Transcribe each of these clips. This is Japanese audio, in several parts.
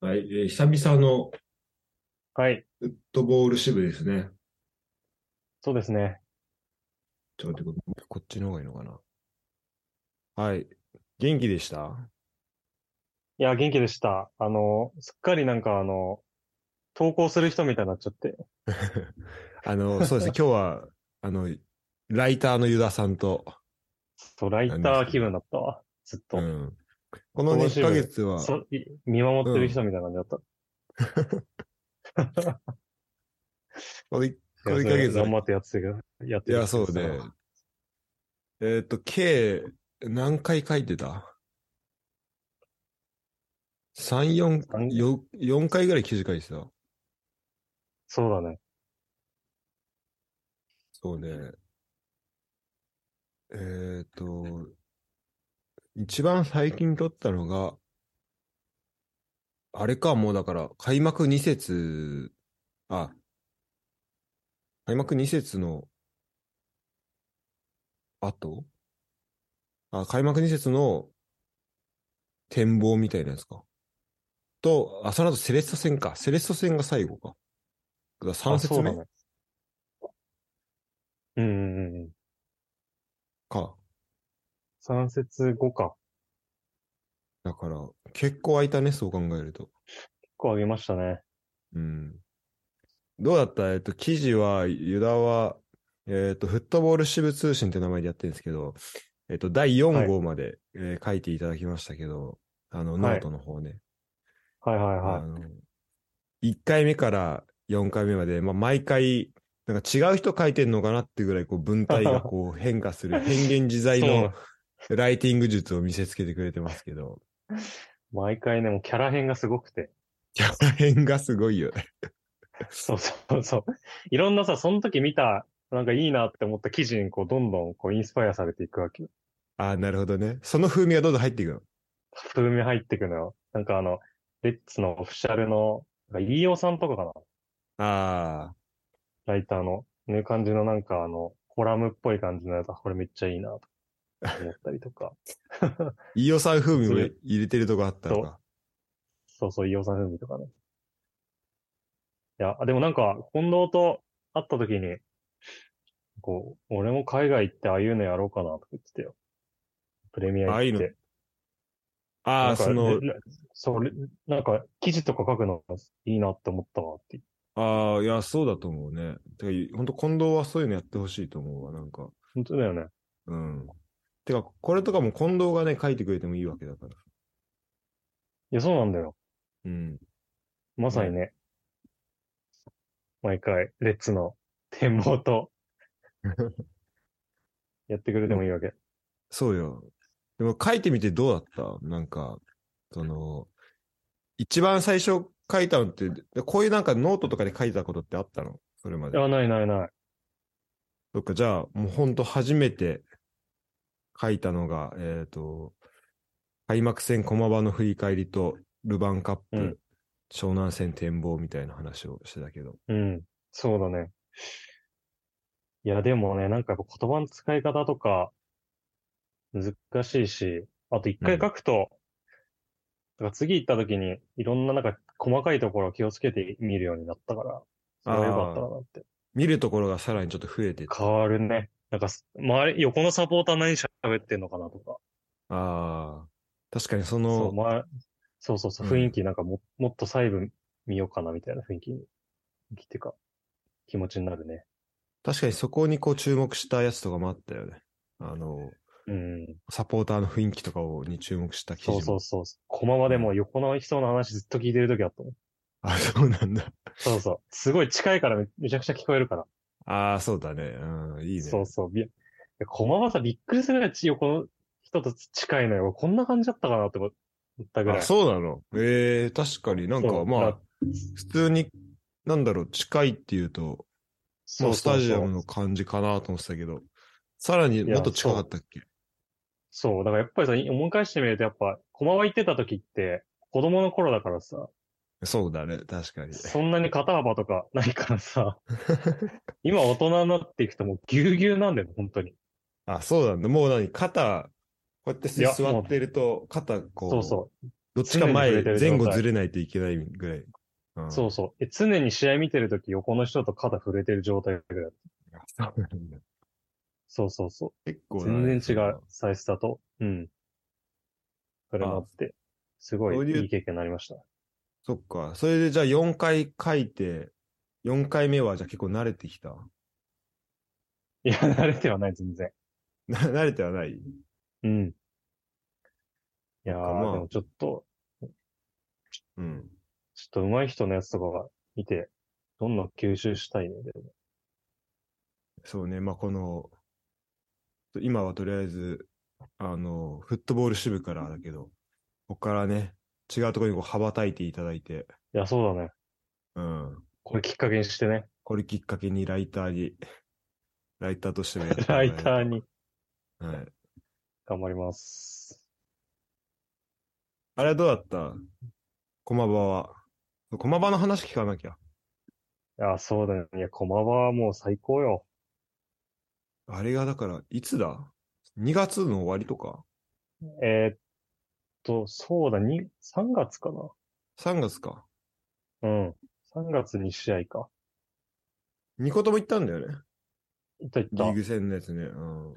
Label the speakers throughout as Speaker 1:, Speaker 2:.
Speaker 1: はい、えー久々の
Speaker 2: はい。
Speaker 1: フットボール支部ですね。
Speaker 2: そうですね。
Speaker 1: ちょっと待ってくだ
Speaker 3: こっちの方がいいのかな。はい。元気でした
Speaker 2: いや、元気でした。あの、すっかりなんかあの、投稿する人みたいになっちゃって。
Speaker 3: あの、そうで すね。今日は、あの、ライターのユダさんと、
Speaker 2: そう、ライター気分だったわ。ずっと。
Speaker 3: うんこのね、
Speaker 2: 面白
Speaker 3: 1
Speaker 2: い
Speaker 3: ヶ月は、
Speaker 2: そい見守ってる人みたいな感じだった。
Speaker 3: この1
Speaker 2: いや
Speaker 3: ヶ
Speaker 2: それ
Speaker 3: 月は
Speaker 2: 頑張ってやってたけど、やっ
Speaker 3: い
Speaker 2: て
Speaker 3: や、そうね。えっと、計、何回書いてた ?3、
Speaker 2: 三
Speaker 3: 4、よ4回ぐらい記事書いてた。
Speaker 2: そうだね。
Speaker 3: そうね。えーっと、一番最近撮ったのが、あれか、もうだから、開幕2節、あ、開幕2節の後あ、開幕2節の展望みたいなやつか。と、あ、その後セレッソ戦か。セレッソ戦が最後か。だから3
Speaker 2: あ、
Speaker 3: 節
Speaker 2: そうだ
Speaker 3: 目
Speaker 2: ね。うんうんうん。
Speaker 3: か。
Speaker 2: 3節後か。
Speaker 3: だから、結構空いたね、そう考えると。
Speaker 2: 結構あげましたね。
Speaker 3: うん。どうだったえっと、記事は、ユダは、えっと、フットボール支部通信って名前でやってるんですけど、えっと、第
Speaker 2: は
Speaker 3: 4
Speaker 2: い
Speaker 3: 号まで、えー書いていただきましたけど、あの、
Speaker 2: い
Speaker 3: ノートの方ね。
Speaker 2: はいはいは
Speaker 3: あ
Speaker 2: い。
Speaker 3: の、1回目から4回目まで、まあ、毎回、なんか違う人書いてんのかなってぐらい、こう、文体 がこう変化する、変幻自在のライティング術を見せつけてくれてますけど、
Speaker 2: 毎回ね、もうキャラ編がすごくて。
Speaker 3: キャラ変がすごいよね。
Speaker 2: そうそうそう。いろんなさ、その時見た、なんかいいなって思った記事にこう、どんどんこう、インスパイアされていくわけよ。
Speaker 3: ああ、なるほどね。その風味がどんどん入っていくの。
Speaker 2: 風味入ってくのよ。なんかあの、レッツのオフィシャルの、なんか飯尾さんとかかな
Speaker 3: ああ、
Speaker 2: ライターの。いう感じのなんかあの、コラムっぽい感じのやつ、あこれめっちゃいいな、と思ったりとか。
Speaker 3: 飯尾さん風味
Speaker 2: そ
Speaker 3: も
Speaker 2: れ
Speaker 3: 入れてるとこあったのか。
Speaker 2: そうそう、飯尾さん風味とかね。いや、でもなんか、近藤と会った時に、こう、俺も海外行ってああいうのやろうかな、とか言ってたよ。プレミア行って。
Speaker 3: ああいうのああ、
Speaker 2: なんか
Speaker 3: その
Speaker 2: れ、れそうれなんか、記事とか書くのいいなって思ったわって。
Speaker 3: ああ、いや、そうだと思うね。てか、本当近藤はそういうのやってほしいと思うわ、なんか。
Speaker 2: 本当だよね。
Speaker 3: うん。てか、これとかも近藤がね、書いてくれてもいいわけだから。
Speaker 2: いや、そうなんだよ。
Speaker 3: うん。
Speaker 2: まさにね。毎回、レッツの展望と、 やってくれてもいいわけ。
Speaker 3: そうよ。でも書いてみてどうだったなんか、その、一番最初書いたのって、でこういうなんかノートとかで書いたことってあったのそれまで
Speaker 2: い。や、ないないない。
Speaker 3: そっか、じゃあ、もうほんと初めて書いたのが、えっ、と、開幕戦駒場の振り返りと、ルヴァンカップ、
Speaker 2: うん
Speaker 3: 湘南戦展望みたいな話をしてたけど。
Speaker 2: うん。そうだね。いや、でもね、なんかやっぱ言葉の使い方とか、難しいし、あと一回書くと、だから次行った時に、いろんななんか細かいところを気をつけて見るようになったから、それは良かったなって。
Speaker 3: 見るところがさらにちょっと増えてて。
Speaker 2: 変わるね。なんかす、周り、横のサポーター何喋ってんのかなとか。
Speaker 3: ああ。確かにそ
Speaker 2: そう、
Speaker 3: の、
Speaker 2: まそうそうそう、
Speaker 3: うん
Speaker 2: 雰囲気なんかも、もっと細部見ようかなみたいな雰囲気に、っていうか、気持ちになるね。
Speaker 3: 確かにそこにこう注目したやつとかもあったよね。あの、
Speaker 2: うん。
Speaker 3: サポーターの雰囲気とかをに注目した記事
Speaker 2: そ
Speaker 3: も。
Speaker 2: うそうそう。駒場でも横の人の話ずっと聞いてる時あったもん。
Speaker 3: あ、そうなんだ。
Speaker 2: そうそう。すごい近いからめめちゃくちゃ聞こえるから。
Speaker 3: ああ、そうだね。うん、いいね。
Speaker 2: そうそう。びいや駒場さ、びっくりするぐらい横の人と近いのよ。こんな感じだったかなって思ったぐらい。
Speaker 3: あ、そうなのええ確かになん
Speaker 2: そ
Speaker 3: か
Speaker 2: う
Speaker 3: ま
Speaker 2: だ
Speaker 3: あ、普通に、なんだろう、近いっていうと、
Speaker 2: そ
Speaker 3: ま
Speaker 2: う
Speaker 3: あ、スタジアム
Speaker 2: の。
Speaker 3: の感じかなと思ってたけど、さらにもっと近かったっけ
Speaker 2: そう。だからやっぱりさ、思い返してみるとやっぱ、駒場行ってた時って、子供の頃だからさ、
Speaker 3: そうだね、確かに。
Speaker 2: そんなに肩幅とかないから さ、今大人になっていくともうぎゅうぎゅうなんだよ、本当に。
Speaker 3: あ、そうなんだ。もう何、肩、こうやって
Speaker 2: いや
Speaker 3: 座ってると、肩こう、
Speaker 2: そうそう。
Speaker 3: どっちか前、
Speaker 2: 常に触れてる状態
Speaker 3: 前後ずれないといけないぐらい。うん
Speaker 2: そうそう。え常に試合見てるとき横の人と肩触れてる状態ぐらい。
Speaker 3: そうなんだ
Speaker 2: そうそうそ
Speaker 3: 結
Speaker 2: う。
Speaker 3: 構だね
Speaker 2: 全然違う、サイスだと。うん。それもあって、すご
Speaker 3: そう
Speaker 2: い
Speaker 3: いう
Speaker 2: いい経験になりました。
Speaker 3: そっか。それでじゃあ4回書いて、4回目はじゃあ結構慣れてきた。
Speaker 2: いや、慣れてはない、全然。
Speaker 3: な慣れてはない
Speaker 2: うん。いやー、
Speaker 3: そっかまあ
Speaker 2: でもちょっと、
Speaker 3: うん。
Speaker 2: ちょっと上手い人のやつとかが見て、どんどん吸収したいね。でも
Speaker 3: そうね。まあ、この、今はとりあえず、あの、フットボール支部からだけど、ここからね、違うところにこう羽ばたいていただいて、
Speaker 2: いや、そうだね。
Speaker 3: うん。
Speaker 2: これきっかけにしてね。
Speaker 3: これきっかけにライターに、ライターとしてもやってもら
Speaker 2: ラ
Speaker 3: え
Speaker 2: イ
Speaker 3: ると
Speaker 2: ターに
Speaker 3: はい。
Speaker 2: 頑張ります。
Speaker 3: あれはどうだった駒場は。駒場の話聞かなきゃ。
Speaker 2: いや、そうだね。いや、駒場はもう最高よ。
Speaker 3: あれがだから、いつだ ?2 月の終わりとか
Speaker 2: えーっと、そうだ、に、3月かな。
Speaker 3: ?3 月か。
Speaker 2: うん。3月に試合か。
Speaker 3: 2個とも行ったんだよね。
Speaker 2: いったいっ
Speaker 3: リー
Speaker 2: た。
Speaker 3: グ戦のやつね。うん。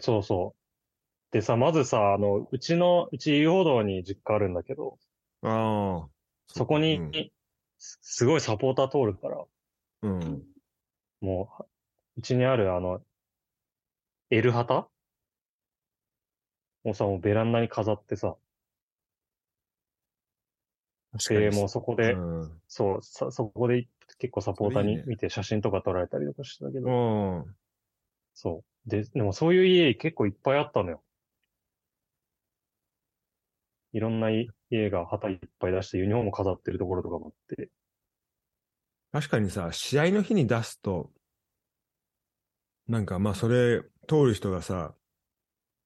Speaker 2: そうそう。でさ、まずさ、あの、うちの、うち遊歩道に実家あるんだけど、
Speaker 3: ああ。
Speaker 2: そこ
Speaker 3: う
Speaker 2: に
Speaker 3: ん、
Speaker 2: すすごいサポーター通るから、
Speaker 3: うん。
Speaker 2: もう、うちにあるあの、L 旗もうさ、もうベランダに飾ってさ、
Speaker 3: 確
Speaker 2: で、もうそこで、
Speaker 3: うん。
Speaker 2: そう、さそこで結構サポーター
Speaker 3: それいい
Speaker 2: に
Speaker 3: ね
Speaker 2: 見て写真とか撮られたりとかしてたけど、
Speaker 3: うん。
Speaker 2: そう。で、でもそういう家結構いっぱいあったのよ。いろんな家が旗いっぱい出してユニフォーム飾ってるところとかもあって。
Speaker 3: 確かにさ、試合の日に出すと、なんかまあそれ、通る人がさ、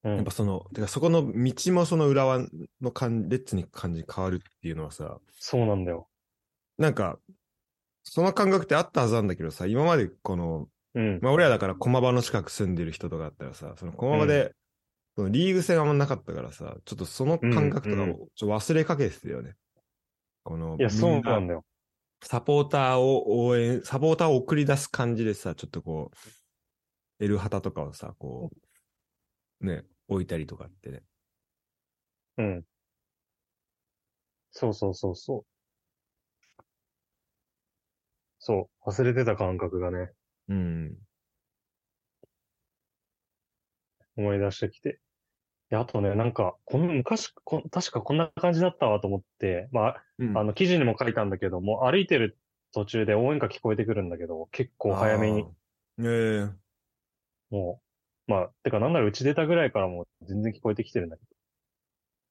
Speaker 2: うん
Speaker 3: やっぱその、てかそこの道もその浦和の感列に感じ変わるっていうのはさ、
Speaker 2: そうなんだよ。
Speaker 3: なんか、その感覚ってあったはずなんだけどさ、今までこの、
Speaker 2: うん。
Speaker 3: まあ俺らだから駒場の近く住んでる人とかだったらさ、その駒場で、そのリーグ戦はあんまなかったからさ、ちょっとその感覚とか
Speaker 2: う
Speaker 3: を
Speaker 2: んうん
Speaker 3: ちょっと忘れかけてたよね。この、
Speaker 2: いや、そ
Speaker 3: み
Speaker 2: うん
Speaker 3: な
Speaker 2: なんだよ。
Speaker 3: サポーターを応援、サポーターを送り出す感じでさ、ちょっとこう、L 旗とかをさ、こう、ね、置いたりとかってね。
Speaker 2: うん。そうそうそうそう。そう。忘れてた感覚がね、
Speaker 3: うん。
Speaker 2: 思い出してきて。で、あとね、なんか、この昔こ、確かこんな感じだったわと思って、まあ、
Speaker 3: うん
Speaker 2: あの、記事にも書いたんだけども、歩いてる途中で応援歌聞こえてくるんだけど、結構早めに、。
Speaker 3: あーえ
Speaker 2: もう、まあ、てかなんならうち出たぐらいからもう全然聞こえてきてるんだけ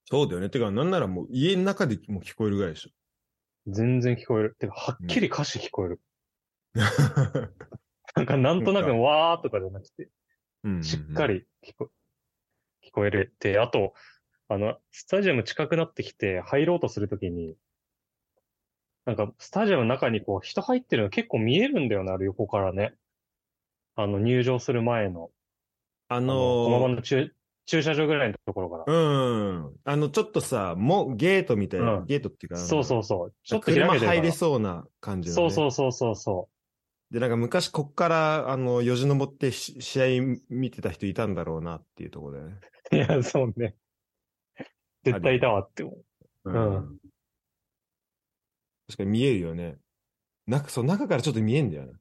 Speaker 3: そうだよね。てか、なんならもう家の中でもう聞こえるぐらいでし ょ。
Speaker 2: ど、全然聞こえる。てか、はっきり歌詞聞こえる。なんか、なんとな
Speaker 3: そう
Speaker 2: く、わーとかじゃなくて、
Speaker 3: うん
Speaker 2: しっか。り聞こ、聞こえる。で、あと、あの、スタジアム近くなってきて入ろうとするときに、なんか、スタジアムの中にこう、人入ってるの結構見えるんだよね、あれ横からね。あの、入場する前の。
Speaker 3: あ
Speaker 2: あの駒場
Speaker 3: のー
Speaker 2: の駐駐車場ぐらいのところから。
Speaker 3: うん。あの、ちょっとさ、も、ゲートみたいな、
Speaker 2: うん
Speaker 3: ゲートっていうか、。
Speaker 2: そうそううそう。ち
Speaker 3: ち
Speaker 2: ょ
Speaker 3: ょ
Speaker 2: っ
Speaker 3: っと
Speaker 2: と開けてるか
Speaker 3: 車
Speaker 2: ら
Speaker 3: 入れそうな感じの、ね。
Speaker 2: そうそうそうそうそ
Speaker 3: で、なんか昔こっから、あの、よじ登ってし試合見てた人いたんだろうなっていうところだよね。
Speaker 2: う。いや、そうね。絶対いたわって思う。うん
Speaker 3: 確かに見えるよね。なんか、そう、中からちょっと見えんだよね。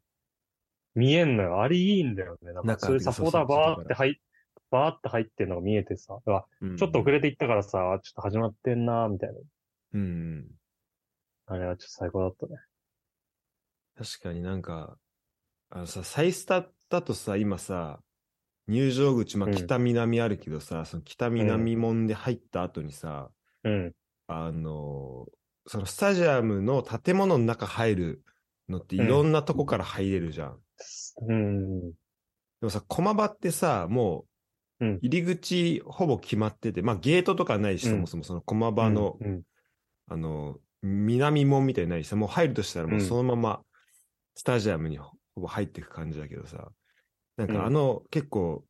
Speaker 2: 見えんのよ。あれいいんだよね。なんか
Speaker 3: 中
Speaker 2: そういうサポータ
Speaker 3: そうそ
Speaker 2: ー
Speaker 3: う
Speaker 2: バーって入っ、バーって入ってるのが見えてさ。うわちょっと遅
Speaker 3: れ。
Speaker 2: れていったからさ、ちょっと始まってんなみたいな。
Speaker 3: うん。
Speaker 2: あれはちょっと最高だったね。
Speaker 3: 確かになんか、あのさ、再スタだとさ、今さ、入場口、まあ、
Speaker 2: うん
Speaker 3: 北南あるけどさ、その北南門で入った後にさ、
Speaker 2: うん。
Speaker 3: あのーそのスタジアムの建物の中入るのってい
Speaker 2: うん
Speaker 3: ろんなとこから入れるじゃん。
Speaker 2: うん。
Speaker 3: でもさ、駒場ってさ、もう
Speaker 2: うん、
Speaker 3: 入り口ほぼ決まってて、まあゲートとかないし、
Speaker 2: うん
Speaker 3: そもそもその駒場の、
Speaker 2: うん。
Speaker 3: あの、南門みたいにないしさ、もう入るとしたらもううんそのまま、スタジアムにほぼ入っていく感じだけどさ、なん
Speaker 2: うん
Speaker 3: かあの、結構、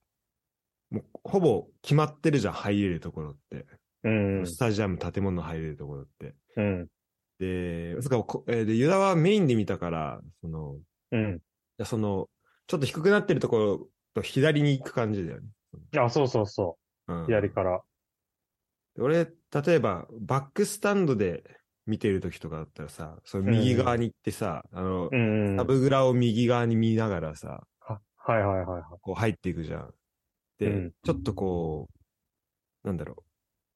Speaker 3: もうほぼ決まってるじゃん、入れるところって。
Speaker 2: うん。
Speaker 3: スタジアム建物入れるところって。
Speaker 2: うん。
Speaker 3: で、そっかこえーで、ユダはメインで見たから、その、い
Speaker 2: うん。
Speaker 3: やその、ちょっと低くなってるところと左に行く感じだよね。
Speaker 2: あ、そうそうそ
Speaker 3: うん
Speaker 2: う。左から。
Speaker 3: 俺、例えば、バックスタンドで見てる時とかだったらさ、その右側に行ってさ、あの
Speaker 2: う、ん。うん
Speaker 3: サブグラを右側に見ながらさ、
Speaker 2: ははいはいはいはい。
Speaker 3: こう入っていくじゃん。で、
Speaker 2: うん
Speaker 3: ちょっとこう、なんだろう、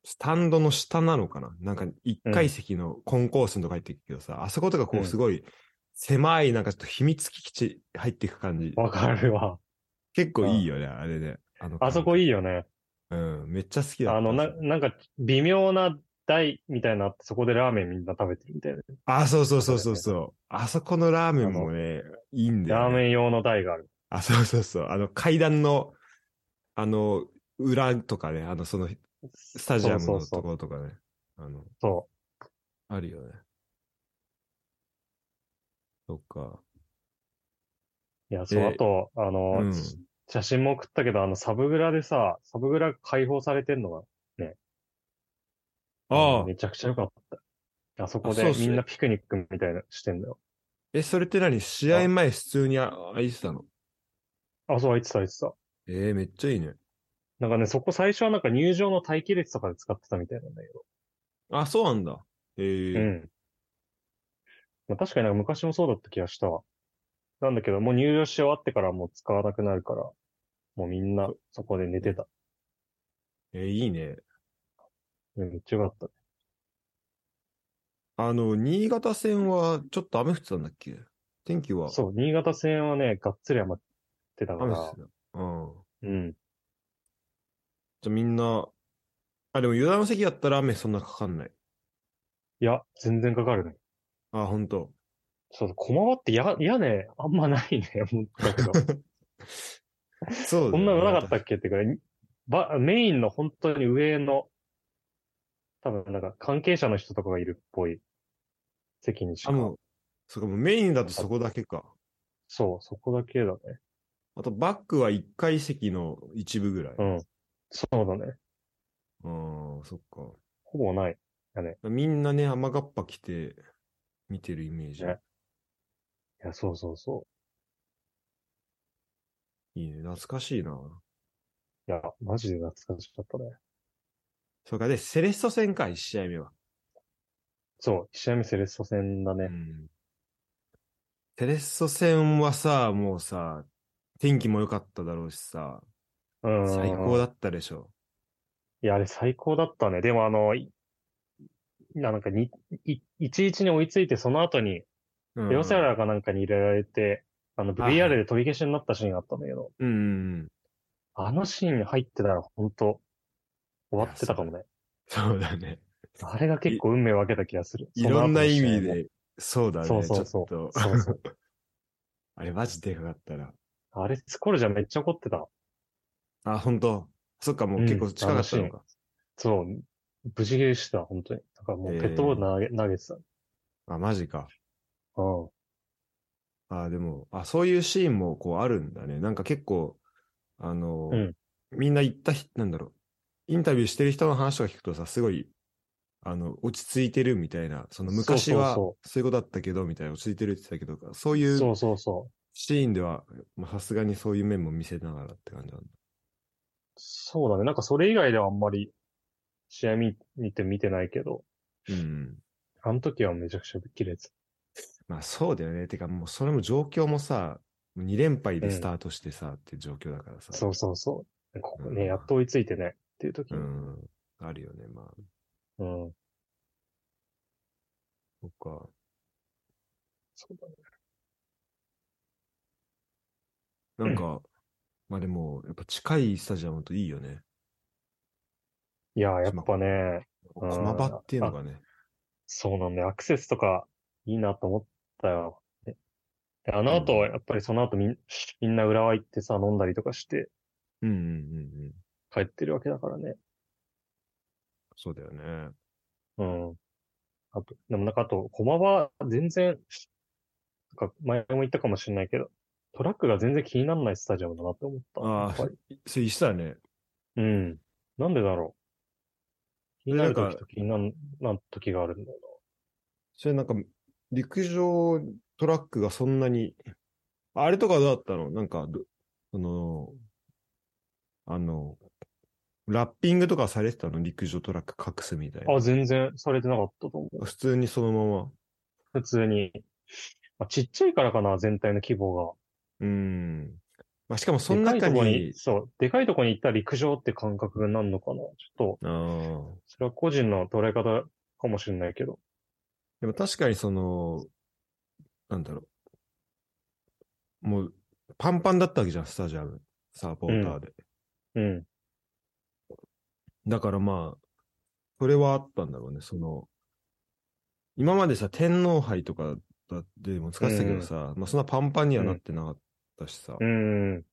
Speaker 3: スタンドの下なのかななんか一階席のコンコースのとこ入っていくけどさ、あそことかこ
Speaker 2: うん
Speaker 3: うすごい狭い、なんかちょっと秘密基地入っていく感じ。
Speaker 2: わかるわ。
Speaker 3: 結構いいよね、あれね。あの
Speaker 2: あそこ
Speaker 3: い。
Speaker 2: いいよね。
Speaker 3: うん、めっちゃ好きだった。
Speaker 2: あの、な、なんか、微妙な台みたいなのあって、そこでラーメンみんな食べてるみたいな。
Speaker 3: あ、そうそうそうそうそう。あそこのラーメンもね、いいんだよ、ね。
Speaker 2: ラーメン用の台がある。
Speaker 3: あ、そうそうそう。あの階段の、あの、裏とかね、あの、その、スタジアム
Speaker 2: そう
Speaker 3: の
Speaker 2: そう
Speaker 3: と
Speaker 2: そう
Speaker 3: ころとかね。あの、
Speaker 2: そ
Speaker 3: あるよね。そっか。
Speaker 2: う。いや、そう、
Speaker 3: で
Speaker 2: あと、あの、
Speaker 3: うん
Speaker 2: 写真も送ったけど、あの、サブグラでさ、サブグラ解放されてんのが、
Speaker 3: ああ、
Speaker 2: めちゃくちゃ良かった。あそこ
Speaker 3: あそ
Speaker 2: で
Speaker 3: うっす
Speaker 2: みんなピクニックみたいなのしてんだよ。
Speaker 3: え、それって何試合前普通にあ開いてたの
Speaker 2: あ、そう、あいつさ、あいつさ。
Speaker 3: えー、めっちゃいいね。
Speaker 2: なんかね、そこ最初はなんか入場の待機列とかで使ってたみたいなんだけど。
Speaker 3: あ、そうなんだ。えー、
Speaker 2: うん。まあ、確かになんか昔もそうだった気がしたわ。なんだけど、もう入場し終わってからもう使わなくなるから、もうみんなそこで寝てた。
Speaker 3: えーいいね。
Speaker 2: うんめっちゃよかった。
Speaker 3: あの、新潟戦はちょっと雨降ってたんだっけ天気は
Speaker 2: そう、新潟戦はね、がっつり余ってたか
Speaker 3: 雨降っ
Speaker 2: ら
Speaker 3: て。た。うん。
Speaker 2: うん。
Speaker 3: じゃあみんな、あ、でも油断の席だったら雨そんなかかんない。
Speaker 2: いや、全然かかるね。
Speaker 3: あ、ほんと。
Speaker 2: そう、駒場ってや、やね、あんまないね、思った けど。
Speaker 3: そう
Speaker 2: こ
Speaker 3: だよね
Speaker 2: んなのなかったっけっていうかにば、メインの本当に上の、多分なんか関係者の人とかがいるっぽい席にし
Speaker 3: あ、
Speaker 2: か。
Speaker 3: もう、そうか、もうメインだとそこだけか。
Speaker 2: そう、そこだけだね。
Speaker 3: あとバックは1階席の一部ぐらい。
Speaker 2: うん。そうだね。
Speaker 3: ああ、そっか。
Speaker 2: ほぼない。
Speaker 3: みんなね、雨がっぱ着て見てるイメージ。
Speaker 2: ねいや、そうそうそ
Speaker 3: いいね。懐かしいな。
Speaker 2: う。いや、マジで懐かしかったね。
Speaker 3: そうか。で、セレッソ戦か、1試合目は。
Speaker 2: そう、一試合目セレッソ戦だ
Speaker 3: う
Speaker 2: ね。
Speaker 3: ん。セレッソ戦はさ、もうさ、天気も良かっただろうしさ、
Speaker 2: うん。
Speaker 3: 最高だったでしょ。
Speaker 2: いや、あれ最高だったね。でもあの、いななんかに、い、1-1に追いついて、その後に、
Speaker 3: うん
Speaker 2: エロセラーかなんかに入れられて、あの、
Speaker 3: はい
Speaker 2: VR で取り消しになったシーンがあったんだけど、
Speaker 3: うんうんうん。
Speaker 2: あのシーン入ってたら本当終わってたかもね。
Speaker 3: そうだね。
Speaker 2: あれが結構運命を分けた気がする。
Speaker 3: い
Speaker 2: その後
Speaker 3: ろんな
Speaker 2: の
Speaker 3: 意
Speaker 2: 試合も
Speaker 3: 味。で、そうだね。
Speaker 2: そうそうそう
Speaker 3: ちょっと、
Speaker 2: そうそう。
Speaker 3: あれマジでかかったな。
Speaker 2: あれ、スコールじゃめっちゃ怒ってた。
Speaker 3: あ、ほんと。そっか、もう
Speaker 2: うん
Speaker 3: 結構近かったの
Speaker 2: 楽
Speaker 3: か。
Speaker 2: そう。無事切れしてた、本当に。だからもうペットボール投げ,、投げてた。
Speaker 3: あ、マジか。
Speaker 2: うん。
Speaker 3: あ、でも、あ、そういうシーンもこうあるんだね。なんか結構、あの、
Speaker 2: うん
Speaker 3: みんな行った人、なんだろう、インタビューしてる人の話とか聞くとさ、すごい、あの、落ち着いてるみたいな、その
Speaker 2: そう
Speaker 3: 昔は
Speaker 2: そ
Speaker 3: そういうことだったけど、みたいな、落ち着いてるって言ってたけど、そうい
Speaker 2: そううそうそう。
Speaker 3: シーンでは、まあさすがにそういう面も見せながらって感じなんだ。
Speaker 2: そうだね。なんかそれ以外ではあんまり試合見見て見てないけど、
Speaker 3: うんうん。
Speaker 2: あの時はめちゃくちゃ綺麗です。
Speaker 3: まあそうだよね。てかもうそれも状況もさ、2連敗でスタートしてさ、って状況だからさ。
Speaker 2: そうそうそう。ここ
Speaker 3: う
Speaker 2: ね、
Speaker 3: ん
Speaker 2: やっと追いついてね、っていう時
Speaker 3: う
Speaker 2: に。
Speaker 3: ん。あるよね、まあ。
Speaker 2: うん。
Speaker 3: そっか。
Speaker 2: そうだね。
Speaker 3: なんか、まあでも、やっぱ近いスタジアムといいよね。
Speaker 2: いやー、やっぱね、うん
Speaker 3: 駒場っていうのがね。
Speaker 2: そうなんだよ。アクセスとかいいなと思ったよ。でであの後、
Speaker 3: うん
Speaker 2: やっぱりその後みんみんな浦和行ってさ、飲んだりとかして
Speaker 3: うんうんうんうん。
Speaker 2: 帰ってるわけだからね。
Speaker 3: そうだよね。
Speaker 2: うん。あと、でもなんかあと、駒場、全然、なんか前も言ったかもしれないけど、トラックが全然気にならないスタジアムだなって思った。
Speaker 3: ああ
Speaker 2: やっぱり
Speaker 3: それ、一緒だね。
Speaker 2: うん。なんでだろ気になる
Speaker 3: なん
Speaker 2: 時
Speaker 3: か
Speaker 2: と気にならん時があるんだよ
Speaker 3: それなんか、陸上トラックがそんなに、あれとかどうだったのなんかど、その、あの、ラッピングとかされてたの陸上トラック隠すみたい
Speaker 2: な。あ、
Speaker 3: な。
Speaker 2: 全然されてなかったと思う。
Speaker 3: 普通にそのまま。
Speaker 2: 普通に。まあ、ちっちゃいからかな、全体の規模が。
Speaker 3: うん。まあ、しかもその
Speaker 2: で
Speaker 3: 中
Speaker 2: かいとこ
Speaker 3: に、
Speaker 2: そう、でかいとこに行ったら陸上って感覚になるのかな。ちょっと、
Speaker 3: ああ。
Speaker 2: それは個人の捉え方かもしれないけど。
Speaker 3: でも確かにその、なんだろう。もう、パンパンだったわけじゃん、スタジアム。サポーターで。
Speaker 2: うん。
Speaker 3: だからまあ、それはあったんだろうね、その、今までさ、天皇杯とかだっても使ってたけどさ、まあそんなパンパンにはなってなかったしさ、
Speaker 2: うん。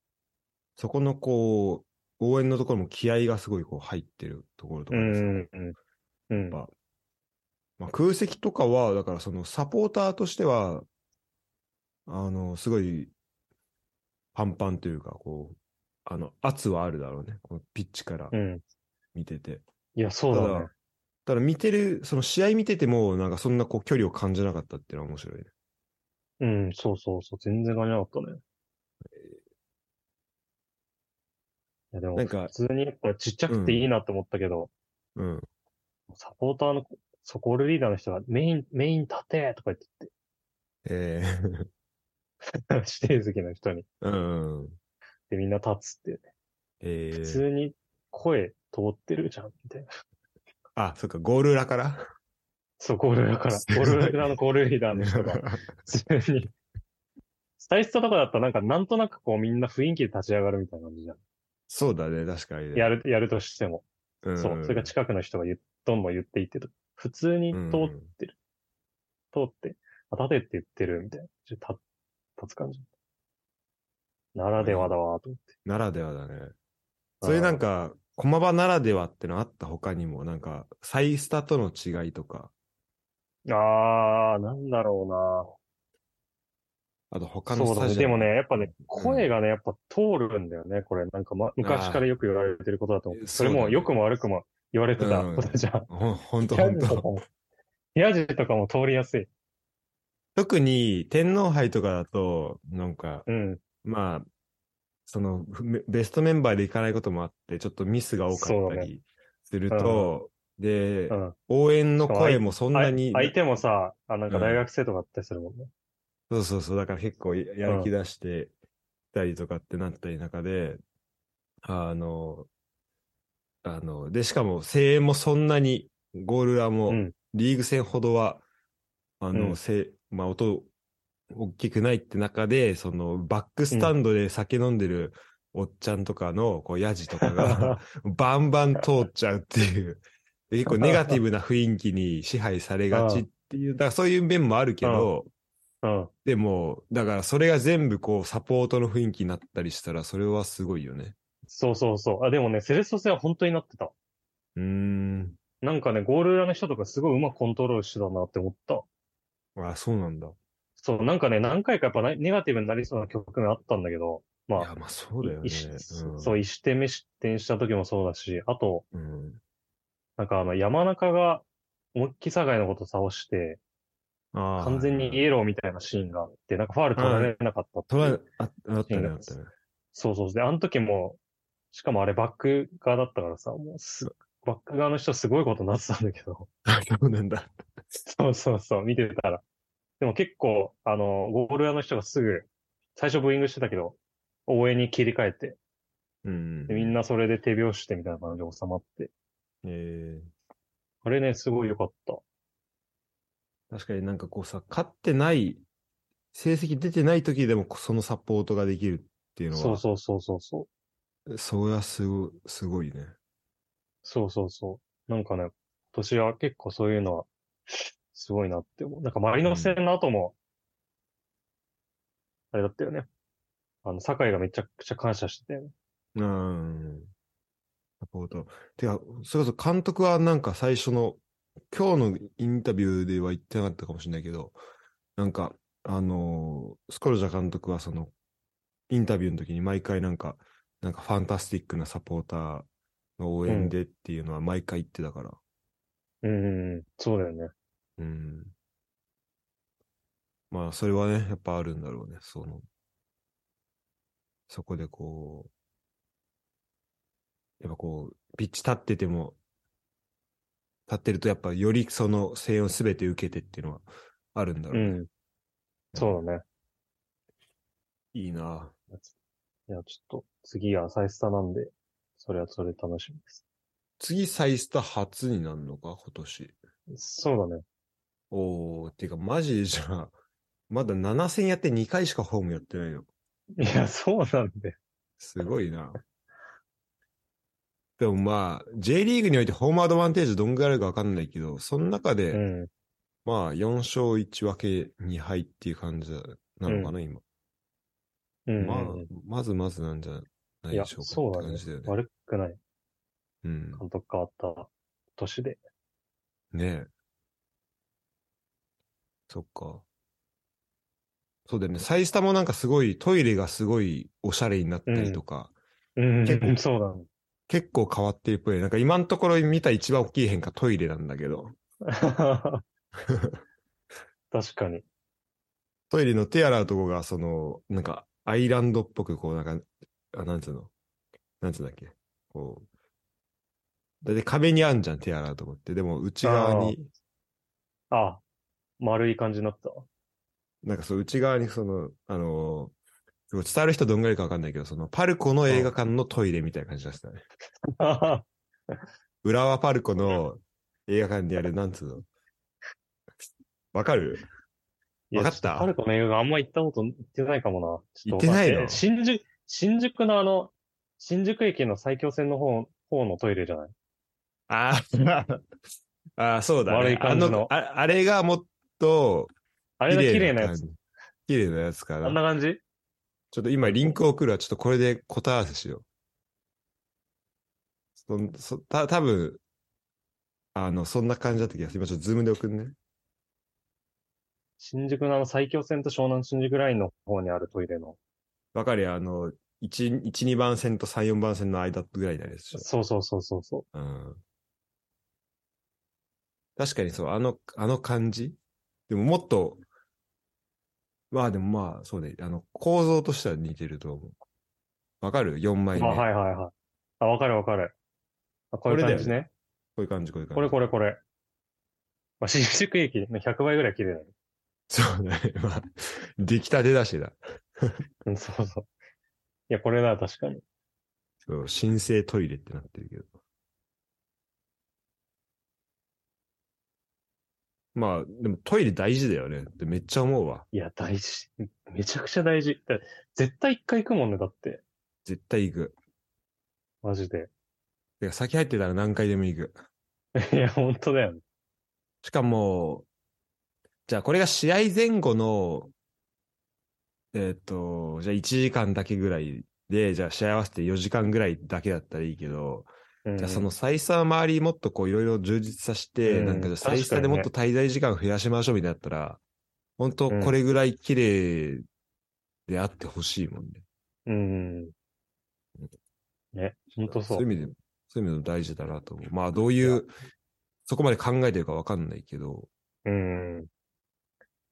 Speaker 3: そこのこう、応援のところも気合がすごいこう入ってるところと
Speaker 2: う
Speaker 3: かでさ、
Speaker 2: ん。うん。
Speaker 3: まあまあ、空席とかは、だからそのサポーターとしては、あの、すごい、パンパンというか、こう、あの、圧はあるだろうね、このピッチから
Speaker 2: うん。
Speaker 3: 見てて。
Speaker 2: いや、そう
Speaker 3: た
Speaker 2: だね
Speaker 3: だ。、ただ見てる、その試合見てても、なんかそんなこう距離を感じなかったっていうのは面白いね。
Speaker 2: うん、そうそうそう、全然感じなかったね。いや、でも、
Speaker 3: なんか
Speaker 2: 普通にやっぱちっちゃくていいなと思ったけど、
Speaker 3: うん。
Speaker 2: サポーターの、ソコールリーダーの人がメイン、メイン立てとか言って
Speaker 3: ええ
Speaker 2: 言って、指定席の人に。
Speaker 3: うん。
Speaker 2: で、みんな立つって、
Speaker 3: ええ
Speaker 2: 普通に声通ってるじゃん、みたいな。
Speaker 3: あ、そっか、ゴール裏から
Speaker 2: そう、ゴール 裏から、
Speaker 3: すご
Speaker 2: ゴ
Speaker 3: い
Speaker 2: ール裏のゴールリーダーの人が、 普通に。スタイストとかだったらなんか、なんとなくこうみんな雰囲気で立ち上がるみたいな感じじゃん。
Speaker 3: そうだね、確かにね。
Speaker 2: やる、やるとしても。
Speaker 3: うん
Speaker 2: そう。それが近くの人が言っどんどん言っていってる。普通に通っ、
Speaker 3: うん
Speaker 2: 通って、あ、立てって言ってるみたいな。ちょっと立立つ感じ。ならではだわ、と思って。
Speaker 3: ならではだね。そういうなんか、駒場ならではってのあった他にも、なんか、再スタとの違いとか、
Speaker 2: あー、なんだろ
Speaker 3: あと他
Speaker 2: うな。
Speaker 3: の
Speaker 2: そ
Speaker 3: スタ
Speaker 2: うだね。
Speaker 3: ジアム。
Speaker 2: でもね、やっぱね、声がね、やっぱ通るんだよね、これ。なんか、ま、昔からよく言われてることだと思
Speaker 3: え
Speaker 2: う。
Speaker 3: そ
Speaker 2: そう
Speaker 3: だ
Speaker 2: れ
Speaker 3: ね
Speaker 2: も、良くも悪くも言われてた
Speaker 3: うん
Speaker 2: ことじゃん。
Speaker 3: ほん、ほんと
Speaker 2: ヤ
Speaker 3: ほ
Speaker 2: ジ
Speaker 3: ん
Speaker 2: とか
Speaker 3: と。
Speaker 2: も、ヤジとかも通りやすい。
Speaker 3: 特に、天皇杯とかだと、なんか、
Speaker 2: うん。
Speaker 3: まあ、その、ふめベストメンバーでいかないこともあって、ちょっとミスが多か
Speaker 2: そう
Speaker 3: っ
Speaker 2: だ
Speaker 3: た
Speaker 2: ね
Speaker 3: りすると、で、
Speaker 2: うん。
Speaker 3: 応援の声もそんなに、
Speaker 2: あい相手もさ、あ、なんか大学生とかだったりするもんね。
Speaker 3: そうそうそう、だから結構ややる気出してたりとかってなったり中で、あの、あの、で、しかも声援もそんなに、ゴールラも
Speaker 2: うん、
Speaker 3: リーグ戦ほどは、あの、
Speaker 2: うん
Speaker 3: せまあ、音、大きくないって中で、その、バックスタンドで酒飲んでるおっちゃんとかの、こう、ヤジとかが、 バンバン通っちゃうっていう、で結構ネガティブな雰囲気に支配されがちっていう、だからそういう面もあるけど、
Speaker 2: うん。
Speaker 3: でも、だからそれが全部こう、サポートの雰囲気になったりしたら、それはすごいよね。
Speaker 2: そうそうそう。あ、でもね、セレッソ戦は本当になってた。
Speaker 3: うーん。
Speaker 2: なんかね、ゴール裏の人とかすごいうまくコントロールしてたなって思った。
Speaker 3: あ、そうなんだ。
Speaker 2: そう、なんかね、何回かやっぱなネガティブになりそうな局面あったんだけど、
Speaker 3: い
Speaker 2: まあ
Speaker 3: や、、まあそうだよね。
Speaker 2: 一
Speaker 3: うん、
Speaker 2: そう、一点目失点した時もそうだし、あと、
Speaker 3: うん。
Speaker 2: なんかあの、山中が思いっきり酒井のこと倒して、
Speaker 3: あー
Speaker 2: 完全にイエローみたいなシーンがあって、なんかファール取られなかったっていう
Speaker 3: 取らあ、あったね、あったね。
Speaker 2: そうそう。で、あの時も、しかもあれバック側だったからさ、もうす、バック側の人すごいことになってたんだけど。
Speaker 3: そうなんだ。
Speaker 2: そうそうそう、見てたら。でも結構、あの、ゴール屋の人がすぐ、最初ブーイングしてたけど、応援に切り替えて、
Speaker 3: うん。
Speaker 2: でみんなそれで手拍子してみたいな感じで収まって。
Speaker 3: え
Speaker 2: あれね、すごい良かった。
Speaker 3: ー確かになんかこうさ、勝ってない、成績出てない時でもこそのサポートができるっていうのは、
Speaker 2: そうそうそうそうそう。
Speaker 3: う。それはすごすごいね。
Speaker 2: そうそうそう。なんかね、今年は結構そういうのは、すごいなって思う。なんかマリノス戦の後も、あれだったよね。あの、酒井がめちゃくちゃ感謝してたよね。
Speaker 3: うん。サポート。てか、それこそ監督はなんか最初の、今日のインタビューでは言ってなかったかもしれないけど、なんか、あのースコルジャ監督はその、インタビューの時に毎回なんか、なんかファンタスティックなサポーターの応援でっていうのは毎回言ってたから、
Speaker 2: うんうん、そうだよね。
Speaker 3: うん。まあ、それはね、やっぱあるんだろうね。その、そこでこう、やっぱこう、ピッチ立ってても、立ってるとやっぱよりその声援を全て受けてっていうのはあるんだろ
Speaker 2: う
Speaker 3: うね。
Speaker 2: ん。そうだね。
Speaker 3: いいない
Speaker 2: や、ちょっと、次が浅いスタなんで、それはそれ楽しみです。
Speaker 3: 次、サイスタ初になるのか、今年。
Speaker 2: そうだね。
Speaker 3: おー、てか、マジでじゃあ、まだ7戦やって2回しかホームやってないの。
Speaker 2: いや、そうなんで。
Speaker 3: すごいな。でもまあ、J リーグにおいてホームアドバンテージどんぐらいあるかわかんないけど、その中で、
Speaker 2: うん。
Speaker 3: まあ、4勝1分け2敗っていう感じなのかな、今。
Speaker 2: うん、
Speaker 3: まあ
Speaker 2: うん。、
Speaker 3: まずまずなんじゃない
Speaker 2: いや
Speaker 3: でし、ょうか
Speaker 2: そう
Speaker 3: って
Speaker 2: だ
Speaker 3: 感
Speaker 2: ね
Speaker 3: じだよ。ね。
Speaker 2: 悪くない。
Speaker 3: うん。
Speaker 2: 監督変わった年で。
Speaker 3: ねえ。そっか。そうだよね。サイスタもなんかすごい、トイレがすごいおしゃれになったりとか、
Speaker 2: うん
Speaker 3: 結構、
Speaker 2: そうだね。
Speaker 3: 結構変わってるっぽい。なんか今のところ見た一番大きい変化トイレなんだけど。
Speaker 2: 確かに。
Speaker 3: トイレの手洗うとこが、その、なんか、アイランドっぽく、こう、なんか、あ、なんつうの、なんつうんだっけ、こう、だいたい壁にあんじゃん、手洗うとこって。でも、内側に、
Speaker 2: あ、丸い感じになった。
Speaker 3: なんかそう、内側に、その、あのー伝わる人どんぐらいかわかんないけど、その、パルコの映画館のトイレみたいな感じでしたね。浦和パルコの映画館でやる、なんつうの。わかる
Speaker 2: いや
Speaker 3: わかった
Speaker 2: ちょとパルコの映画あんま行ったこと行ってないかもな。ち
Speaker 3: 行
Speaker 2: ょと
Speaker 3: ってないの
Speaker 2: え新宿、新宿のあの、新宿駅の埼京線の方、方のトイレじゃない
Speaker 3: あーあー、そうだ、ね。
Speaker 2: 悪い感じの
Speaker 3: あああれがもっと、
Speaker 2: あれが綺麗なやつ
Speaker 3: 感。じ。綺麗なやつか
Speaker 2: あん
Speaker 3: な。
Speaker 2: な感じ
Speaker 3: ちょっと今リンク送るわ。ちょっとこれで答え合わせしよう。そん、そ、た、多分あの、そんな感じだった気がする。今ちょっとズームで送るね。
Speaker 2: 新宿のあの埼京線と湘南新宿ラインの方にあるトイレの。
Speaker 3: わかるよ。あの、1、1、2番線と3、4番線の間ぐらいになるやつでしょ。
Speaker 2: そうそうそうそうそ
Speaker 3: うん。確かにそう、あの、あの感じでももっと、まあでもまあ、そうね。あの、構造としては似てると思う。わかる ?4
Speaker 2: う。
Speaker 3: 枚目。
Speaker 2: あ、はいはいはい。あ、わかるわかる。あこう
Speaker 3: これ
Speaker 2: いう
Speaker 3: だ
Speaker 2: 感
Speaker 3: よ
Speaker 2: じね。
Speaker 3: こういう感じ、こういう感じ。
Speaker 2: これこれこれ。まあ、新宿駅の100倍ぐらい綺麗だね。
Speaker 3: そうね。まあ、出来た出だしだ。
Speaker 2: うん、そうそう。いや、これだ、確かに。
Speaker 3: そう、新生トイレってなってるけど。まあ、でもトイレ大事だよねってめっちゃ思うわ。
Speaker 2: いや、大事。めちゃくちゃ大事。だ絶対一回行くもんね、だって。
Speaker 3: 絶対行く。
Speaker 2: マジで。
Speaker 3: てか先入ってたら何回でも行く。
Speaker 2: いや、本当だよね。
Speaker 3: しかも、じゃあこれが試合前後の、えっ、と、じゃあ1時間だけぐらいで、じゃあ試合合わせて4時間ぐらいだけだったらいいけど、
Speaker 2: うん
Speaker 3: じゃあその採算周りもっとこういろいろ充実させて、
Speaker 2: うん
Speaker 3: なんかじゃあ採
Speaker 2: 確か
Speaker 3: 算
Speaker 2: に
Speaker 3: で
Speaker 2: ね
Speaker 3: もっと滞在時間増やしましょうみたいになったら、本当
Speaker 2: うん
Speaker 3: これぐらい綺麗であってほしいもんね。
Speaker 2: うん。ね、本当そ
Speaker 3: い
Speaker 2: う。
Speaker 3: う意味で、そういう意味でも大事だなと思う。まあどういう、そこまで考えてるかわかんないけ ど、
Speaker 2: うん。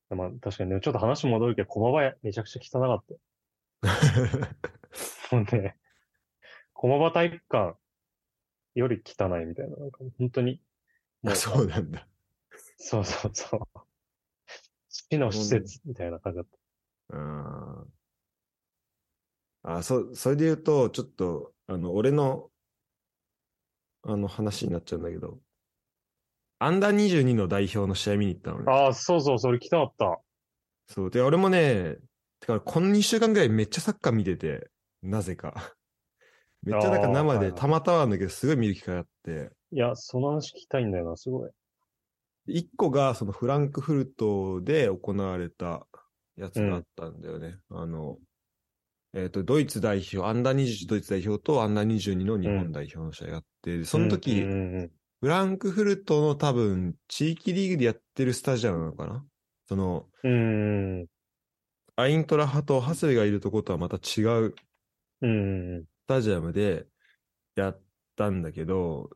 Speaker 2: まあ、確かにね、ちょっと話戻るけど、駒場めちゃくちゃ汚かったよ。 もうね、駒場体育館より汚いみたいな、なんか本当に。も
Speaker 3: そうなんだ。
Speaker 2: そうそうそう。市の施設みたいな感じだっ
Speaker 3: ああ、そ、それで言うと、ちょっと、あの、俺の、あの話になっちゃうんだけど、アンダー22の代表の試合見に行ったのね
Speaker 2: た。。ああ、そうそう、それ汚かった。
Speaker 3: そう。で、俺もね、てか、この2週間ぐらいめっちゃサッカー見てて、なぜか。 めっちゃなんか
Speaker 2: あ
Speaker 3: 生
Speaker 2: ーはい
Speaker 3: で、
Speaker 2: はい
Speaker 3: たまたまなんだけど、すごい見る機会あって、
Speaker 2: いや、その話聞きたいんだよな、すごい。
Speaker 3: 1個がそのフランクフルトで行われたやつがあったんだよね。あの、えっ、と、ドイツ代表、アンダー21ドイツ代表とアンダー22の日本代表の試合があって、でその時、
Speaker 2: うんうんうん
Speaker 3: フランクフルトの多分、地域リーグでやってるスタジアムなのかなその、
Speaker 2: うん。
Speaker 3: アイントラ派とハセベがいるとことはまた違う
Speaker 2: うんうんうん。
Speaker 3: スタジアムでやったんだけど、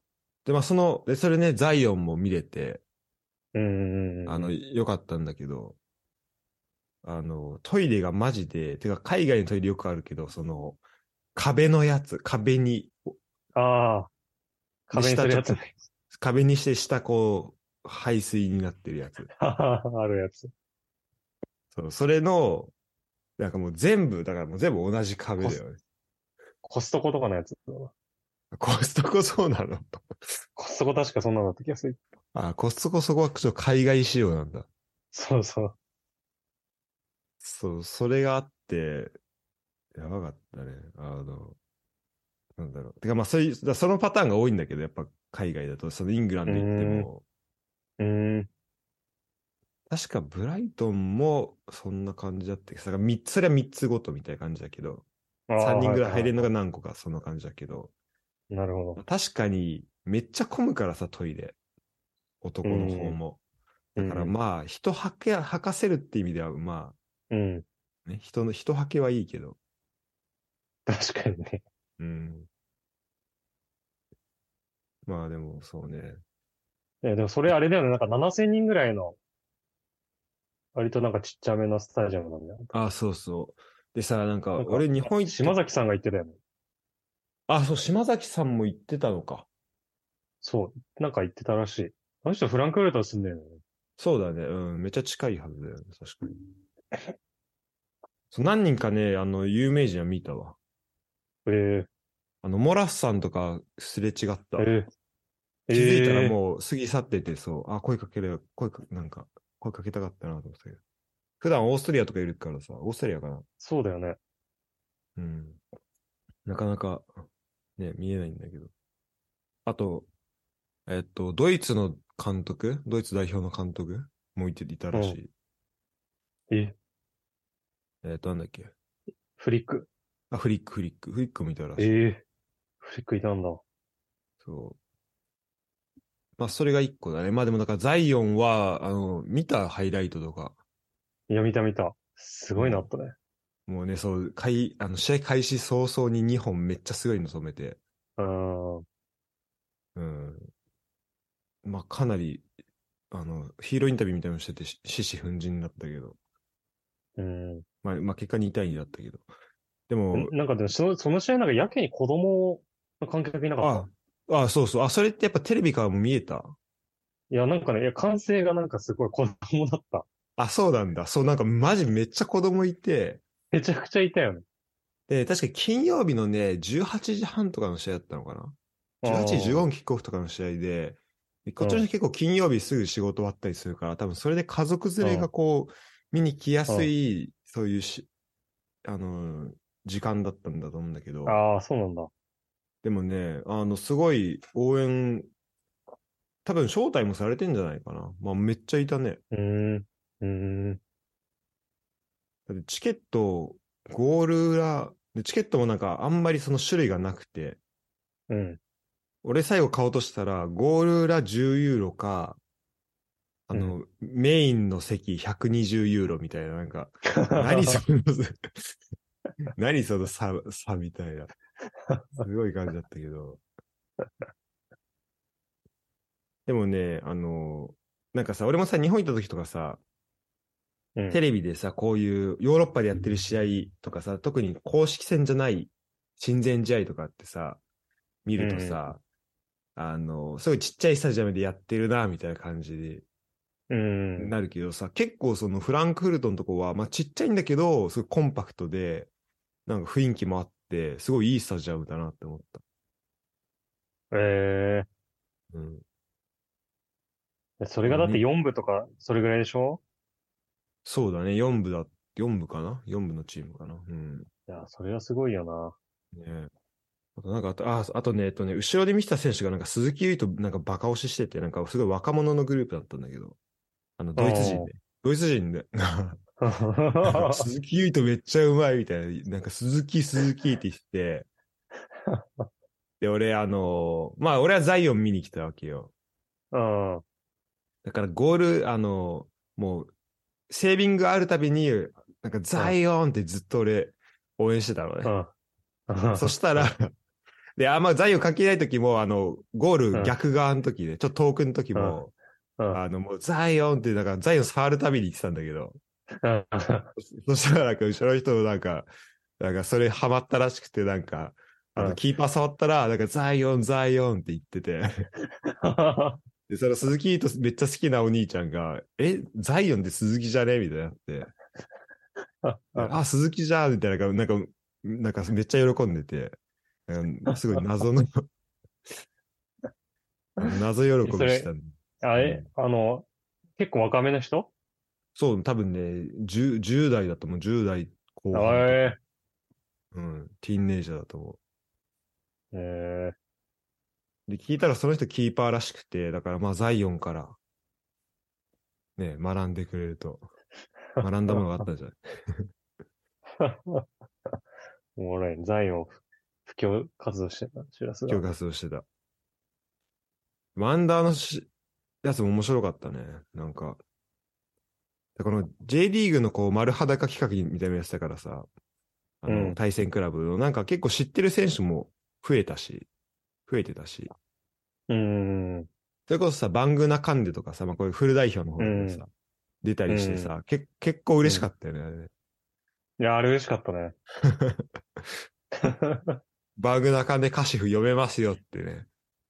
Speaker 3: で、まあその、で、それね、ザイオンも見れて、
Speaker 2: うんうんうん。
Speaker 3: あの、良かったんだけど、あの、トイレがマジで、てか海外のトイレよくあるけど、その、壁のやつ、壁に、
Speaker 2: ああ。壁にするやつ
Speaker 3: 下。壁にして下こう、排水になってるやつ。
Speaker 2: あるやつ。
Speaker 3: そう、それの、なんかもう全部、だからもう全部同じ壁だよね。
Speaker 2: コストコとかのやつ。
Speaker 3: コストコそうなの
Speaker 2: コストコ 確かそんなのだった気がする。
Speaker 3: あ、コストコそこはちょっと海外仕様なんだ。
Speaker 2: そうそう。
Speaker 3: そう、それがあって、やばかったね。あの、なんだろう。てかまあそういう、だからそのパターンが多いんだけど、やっぱ海外だと、そのイングランド行っても、
Speaker 2: うーん。
Speaker 3: 確かブライトンもそんな感じだったけど、それが三つそれは3つごとみたいな感じだけど、
Speaker 2: あー
Speaker 3: 3人ぐらい入れるの
Speaker 2: は
Speaker 3: が何個かそんな感じだけど、
Speaker 2: いはいなるほど。
Speaker 3: 確かにめっちゃ混むからさ、トイレ。男の方も。だからまあ、人はけ、はかせるって意味では、ま
Speaker 2: うん。うん。
Speaker 3: あ、ね、人の、人はけはいいけど。
Speaker 2: 確かにね。
Speaker 3: うん。まあでも、そうね。
Speaker 2: いやでもそれあれだよね。なんか7000人ぐらいの、割となんかちっちゃめのスタジアムなんだよ。
Speaker 3: あ、そうそう。でさ、なんか、
Speaker 2: なんか
Speaker 3: 俺日本行って、
Speaker 2: 島崎さんが言ってたよね。
Speaker 3: あ、そう、島崎さんも行ってたのか。
Speaker 2: そう。なんか言ってたらしい。あの人フランクフルトに住んでるのね。
Speaker 3: そうだね。うん。めっちゃ近いはずだよね。確かに。そう何人かね、あの、有名人は見たわ。
Speaker 2: え
Speaker 3: あの、モラスさんとかすれ違った。
Speaker 2: ええ
Speaker 3: 気
Speaker 2: え
Speaker 3: づいた
Speaker 2: ええ
Speaker 3: らもう過ぎ去ってて、そう、あ、声かければ、声か、なんか、声かけたかったなと思ってたけど。普段オーストリアとかいるからさ、オーストリアかな。
Speaker 2: そうだよね。
Speaker 3: うん。なかなか、ね、見えないんだけど。あと、えっと、ドイツの監督、ドイツ代表の監督もいていたらしい。
Speaker 2: え
Speaker 3: えっと、なんだっけ。
Speaker 2: フリック。
Speaker 3: あ、フリック、フリック、フリックもいたらしい。
Speaker 2: ええフリックいたんだ。
Speaker 3: そう。まあ、それが一個だね。まあでも、だから、ザイオンは、あの、見たハイライトとか、
Speaker 2: いや、見た見た。すごいなったね。
Speaker 3: もうね、そう、かいあの試合開始早々に2本めっちゃすごいの止めて、
Speaker 2: うん。
Speaker 3: うん。まあ、かなり、あの、ヒーローインタビューみたいなのしてて、し獅子奮陣だったけど、
Speaker 2: うん。
Speaker 3: まあ、まあ、結果2対2だったけど。でも、
Speaker 2: なんかでもその、その試合なんかやけに子供の観客いなかっ
Speaker 3: あ
Speaker 2: た。、
Speaker 3: あ、そうそう、あ、それってやっぱテレビからも見えた
Speaker 2: いや、なんかね、いや、歓声がなんかすごい子供だった。
Speaker 3: あ、そうなんだ。そう、なんかマジめっちゃ子供いて、
Speaker 2: めちゃくちゃいたよね。
Speaker 3: で、確か金曜日のね、18時半とかの試合だったのかな18時15分キックオフとかの試合で、こっちの人結構金曜日すぐ仕事終わったりするから、多分それで家族連れがこう、見に来やすい、そういうし、あのー、時間だったんだと思うんだけど、
Speaker 2: ああ、そうなんだ。
Speaker 3: でもね、あの、すごい応援、多分招待もされてんじゃないかな。まあめっちゃいたね。
Speaker 2: うーん。うーん。
Speaker 3: だってチケット、ゴール裏、でチケットもなんかあんまりその種類がなくて、
Speaker 2: うん。
Speaker 3: 俺最後買おうとしたら、ゴール裏10ユーロか、あの、メインの席120ユーロみたいな、なんか、何その、 何その差、差みたいな。すごい感じだったけど。でもね、あの、なんかさ、俺もさ、日本行った時とかさ、
Speaker 2: うん
Speaker 3: テレビでさ、こういうヨーロッパでやってる試合とかさ、特に公式戦じゃない親善試合とかってさ、見るとさ、あの、すごいちっちゃいスタジアムでやってるな、みたいな感じで
Speaker 2: うん。
Speaker 3: なるけどさ、結構そのフランクフルトのとこは、まあちっちゃいんだけど、すごいコンパクトで、なんか雰囲気もあって、すごいいいスタジアムだなって思った。
Speaker 2: え
Speaker 3: うん。
Speaker 2: えそれがだって4部とか、それぐらいでしょ
Speaker 3: そうだね、4部だ、4部かな ?4 部のチームかなうん。
Speaker 2: いや、それはすごい よな。
Speaker 3: ねあとなんかあと、あ、あとね、えっとね、後ろで見てた選手がなんか鈴木優衣となんかバカ押ししてて、なんかすごい若者のグループだったんだけど、あの、ドイツ人
Speaker 2: あー
Speaker 3: で、ドイツ人で、 鈴木優衣とめっちゃうまいみたいな、なんか鈴木鈴木って言 って、で、俺、あのーまあ、俺はザイオン見に来たわけよ。
Speaker 2: うん。
Speaker 3: だからゴール、あのーもう、セービングあるたびに、なんかザイオンってずっと俺、応援してたのね。
Speaker 2: うん。
Speaker 3: そしたら、で、あんま財をかけない時も、あの、ゴー
Speaker 2: うん
Speaker 3: ル逆側の時で、ちょっと遠くの時も、
Speaker 2: うん
Speaker 3: あの、もう、ザイオンって、なんか、ザイオン触るたびに言ってたんだけど、
Speaker 2: うん
Speaker 3: そしたらなんか、後ろの人のなんか、なんか、それハマったらしくて、なんか、あ
Speaker 2: うん
Speaker 3: の、キーパー触ったら、なんか、ザイオン、ザイオンって言ってて、で、その鈴木とめっちゃ好きなお兄ちゃんが、え、ザイオンって鈴木じゃねみたいになって、あ、鈴木じゃんみたいな感じ、なんか、なんかめっちゃ喜んでて、うんすごい謎の、 あの謎喜びしたんで
Speaker 2: あえ、あの、結構若めの人
Speaker 3: そう、多分ね10、10代だと思う、10代後半とか、
Speaker 2: え
Speaker 3: うん、ティーンネイジャーだと思
Speaker 2: ー、え
Speaker 3: う。で、聞いたらその人キーパーらしくて、だからまあ、ザイオンから、ね、学んでくれると、学んだものがあったんじゃない
Speaker 2: ー、 おもろい。ザイオン、布教活動してた、シラス
Speaker 3: 今日
Speaker 2: が。
Speaker 3: 活動してた。ワンダーのしやつも面白かったね。なんか。この J リーグのこう丸裸企画みたいなのやつだからさ、あの、
Speaker 2: うん
Speaker 3: 対戦クラブのなんか結構知ってる選手も増えたし、増えてたし。
Speaker 2: うーん。
Speaker 3: それこそさ、バングナカンデとかさ、まあこういうフル代表の方にもさ、出たりしてさ、け結構嬉しかったよね、あれね
Speaker 2: いや、あれ嬉しかったね。
Speaker 3: バングナカンデカシフ読めますよってね、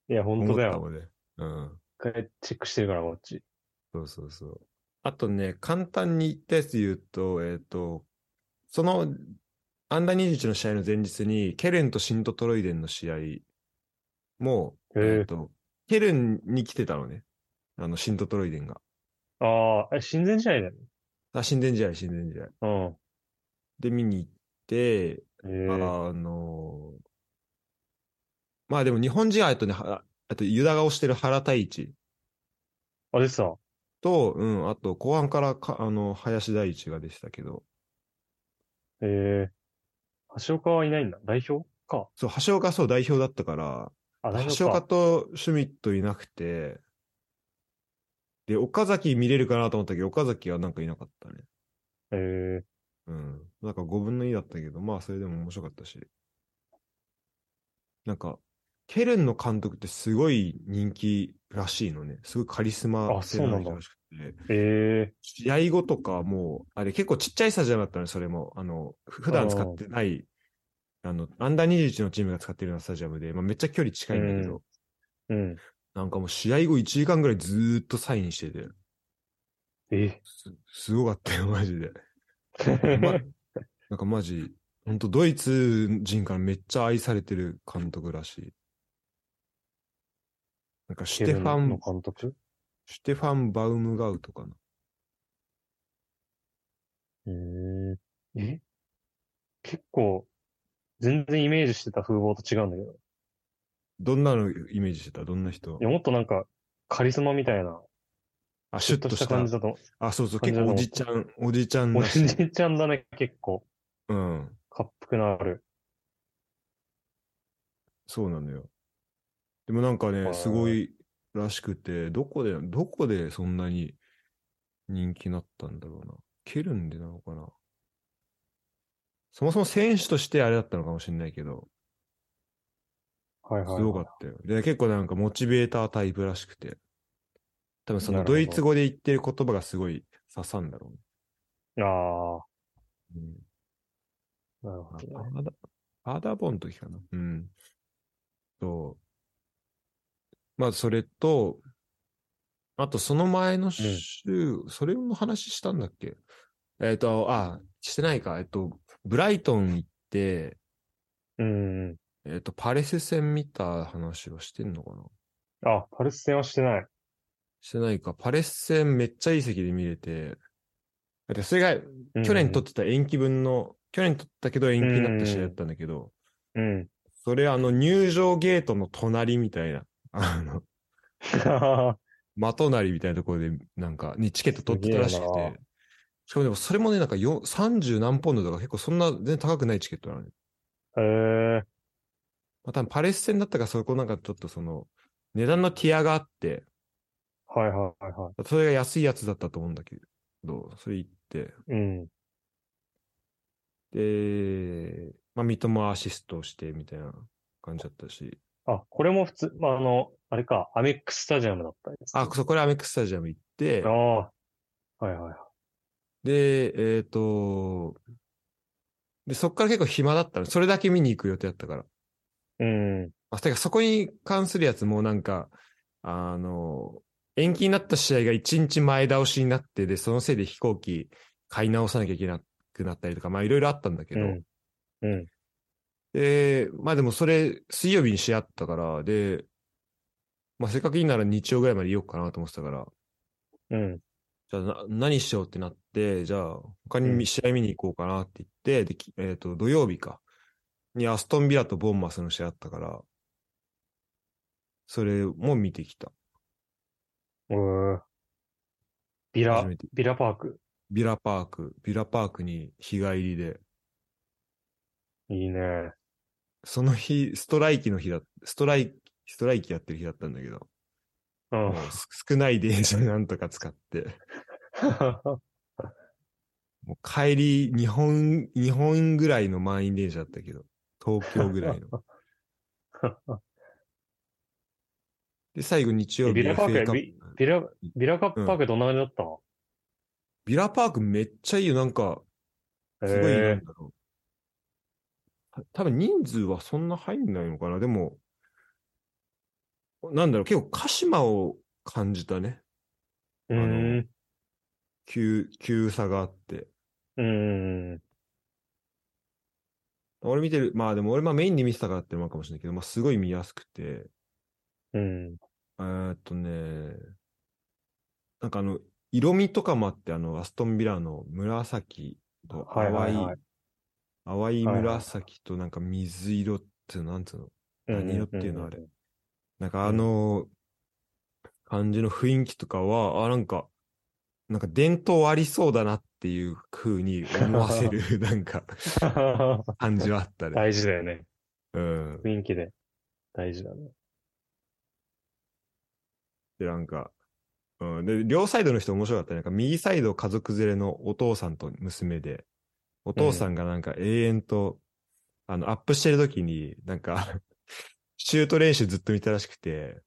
Speaker 2: いや、本
Speaker 3: 思
Speaker 2: 当
Speaker 3: っ
Speaker 2: だ
Speaker 3: た
Speaker 2: よ。
Speaker 3: もんね。うん。
Speaker 2: 一回チェックしてるから、こっち。
Speaker 3: そうそうそう。あとね、簡単に言ったやつ言うと、えっ、と、その、アンダー21の試合の前日に、ケルンとシントトロイデンの試合も、
Speaker 2: へえ
Speaker 3: えっ、と、ケルンに来てたのね。あの、シントトロイデンが。
Speaker 2: ああ、え、親善試合だよね。
Speaker 3: あ、神殿試合、神殿試合。
Speaker 2: うん。
Speaker 3: で、見に行って、
Speaker 2: え
Speaker 3: あのーまあでも日本人は、えっとね、はあと、ユダが推してる原太一
Speaker 2: ー、あ、出てた。
Speaker 3: と、うん、あと、後半からか、あの、林大一がでしたけど、
Speaker 2: えー、橋岡はいないんだ。代表か。
Speaker 3: そう、橋岡そう代表だったから、
Speaker 2: あ、代表
Speaker 3: 橋岡
Speaker 2: か。
Speaker 3: とシュミットいなくて、で、岡崎見れるかなと思ったけど、岡崎はなんかいなかったね。
Speaker 2: えー、
Speaker 3: うん。なんか5分の2だったけど、まあそれでも面白かったし。なんか、ケルンの監督ってすごい人気らしいのね。すごいカリスマ
Speaker 2: あ
Speaker 3: 性
Speaker 2: そう
Speaker 3: の
Speaker 2: な
Speaker 3: ある人
Speaker 2: んだ
Speaker 3: らしくて。
Speaker 2: え
Speaker 3: 試合後とかもう、あれ結構ちっちゃいスタジアムだったね、それも。あの、ふ普段使ってない、あの、アンダー21のチームが使ってるようなスタジアムで、まあ、めっちゃ距離近いんだけど、
Speaker 2: ー、うん。
Speaker 3: なんかもう試合後1時間ぐらいずーっとサインしてて、
Speaker 2: え
Speaker 3: すすごかったよ、 マジで。ま
Speaker 2: ー、
Speaker 3: なんかマジ、ほんとドイツ人からめっちゃ愛されてる監督らしい。なんかシュテファ
Speaker 2: の
Speaker 3: ン、
Speaker 2: 監督
Speaker 3: シュテファン・バウムガウとかな。
Speaker 2: えー、え結構、全然イメージしてた風貌と違うんだけど。い
Speaker 3: どんなのイメージしてたどんな人
Speaker 2: や、もっとなんか、カリスマみたいな、
Speaker 3: あ、シ
Speaker 2: シュ
Speaker 3: ュ
Speaker 2: ッ
Speaker 3: ッ
Speaker 2: と
Speaker 3: とし
Speaker 2: し
Speaker 3: たた
Speaker 2: 感じだと。
Speaker 3: あ、そうそう、
Speaker 2: 感じ
Speaker 3: 結
Speaker 2: だと
Speaker 3: 構お
Speaker 2: 思う
Speaker 3: じちゃん、おじちゃん
Speaker 2: お
Speaker 3: らし
Speaker 2: じ
Speaker 3: い。
Speaker 2: いちゃんだね、結構。
Speaker 3: うん。
Speaker 2: かっぷくのある。
Speaker 3: そうなのよ。でもなんか
Speaker 2: へー
Speaker 3: ね、すごいらしくて、どこで、どこでそんなに人気になったんだろうな。ケルンでなのかな。そもそも選手としてあれだったのかもしれないけど、
Speaker 2: はい
Speaker 3: す
Speaker 2: はい。
Speaker 3: ごかったよ。で、結構なんかモチベータータイプらしくて。多分そ
Speaker 2: な
Speaker 3: の
Speaker 2: るほど
Speaker 3: ドイツ語で言ってる言葉がすごい刺さんだろ
Speaker 2: ああ
Speaker 3: うね。
Speaker 2: ー、なるほ
Speaker 3: あ
Speaker 2: ど
Speaker 3: パー
Speaker 2: ね。
Speaker 3: ダパーダーボンの時かな。うん。と、まあ、それと、あと、その前の週、それの話したんだっけえっ、と、あ、してないか。えっ、と、ブライトン行って、
Speaker 2: うんうん。
Speaker 3: えっ、と、パレス戦見た話はしてんのかな
Speaker 2: あ、パルス戦はしてない。
Speaker 3: してないか。パレス戦めっちゃいい席で見れて、だってそれが、去年取ってた延期分の、去年取ったけど延期になった試合だったんだけど、
Speaker 2: うんうん。
Speaker 3: それ、あの、入場ゲートの隣みたいな、 あの、まとなりみたいなところで、なんか、にチケット取ってたらしく
Speaker 2: すげえな
Speaker 3: て。しかもでも、それもね、なんかよ、30何ポンドとか結構そんな全然高くないチケットなのね。
Speaker 2: えー、
Speaker 3: まあ、多分パレス戦だったからそこなんかちょっとその、値段のティアがあって、
Speaker 2: はいはいはいは
Speaker 3: それが安いやつだったと思うんだけど、それ行って、
Speaker 2: い。うん。
Speaker 3: で、まあ、三笘アシストをしてみたいな感じだったし。
Speaker 2: あ、これも普通、まあ、あの、あれか、アメックスタジアムだったんですね、
Speaker 3: あ、そこでアメックスタジアム行って
Speaker 2: あ、あ。はいはい。
Speaker 3: で、えっ、と、で、そっから結構暇だったの。それだけ見に行く予定だったから。
Speaker 2: うん。
Speaker 3: あ、てかそこに関するやつもなんか、あの、延期になった試合が1日前倒しになって、で、そのせいで飛行機買い直さなきゃいけなくなったりとか、まあいろいろあったんだけ
Speaker 2: う
Speaker 3: ど、
Speaker 2: ん。うん。
Speaker 3: で、まあでもそれ、水曜日に試合あったから、で、まあせっかくいいなら日曜ぐらいまでいようかなと思ってたから、
Speaker 2: うん。
Speaker 3: じゃあな何しようってなって、じゃあ他に
Speaker 2: う
Speaker 3: 見試合見に行こうかなって言って、できえっ、と、土曜日か。にアストンビラとボンマスの試合あったから、それも見てきた。
Speaker 2: うービラ
Speaker 3: 初、めて。
Speaker 2: ビラパーク。
Speaker 3: ビラパーク、ビラパークに日帰りで、
Speaker 2: いいね。
Speaker 3: その日、ストライキの日だ、ストライキ、ストライキやってる日だったんだけど、
Speaker 2: うん
Speaker 3: も。うす少ない電車なんとか使って、もう帰り、日本、日本ぐらいの満員電車だったけど、東京ぐらいの。 で、最後日曜日
Speaker 2: ビラパー
Speaker 3: FA
Speaker 2: ク
Speaker 3: カップ
Speaker 2: ビ、ビラ、ビラカップパークどんな感じだったの、
Speaker 3: ビラパークめっちゃいいよ。なんか、すごい、な
Speaker 2: え
Speaker 3: んだろう。た多分人数はそんな入んないのかな。でも、なんだろう、結構鹿島を感じたね。
Speaker 2: えうん。
Speaker 3: 急、急さがあって。
Speaker 2: うん。
Speaker 3: 俺見てる、まあでも俺まあメインで見てたからってのもあるかもしれないけど、まあすごい見やすくて、
Speaker 2: うん。
Speaker 3: えーっとね、なんかあの、色味とかもあって、あの、アストンビラの紫と
Speaker 2: は
Speaker 3: 淡
Speaker 2: い
Speaker 3: い、
Speaker 2: はいはい。
Speaker 3: 淡い
Speaker 2: はいはい
Speaker 3: 紫となんか水色っていうの、なんつうの、何色っていうのあれ
Speaker 2: ん
Speaker 3: なんかあの、感じの雰囲気とかは、あ、なんか、なんか伝統ありそうだなっていう風に思わせ る、なんか、
Speaker 2: うんうん
Speaker 3: 感じはあったね。
Speaker 2: 大事だよね。
Speaker 3: うん。
Speaker 2: 雰囲気で。大事だね。
Speaker 3: で、なんか、うん、で、両サイドの人面白かったね。なんか右サイド家族連れのお父さんと娘で、お父さんがなんか永遠と、あの、アップしてる時に、なんか、 シュート練習ずっと見てたらしくて、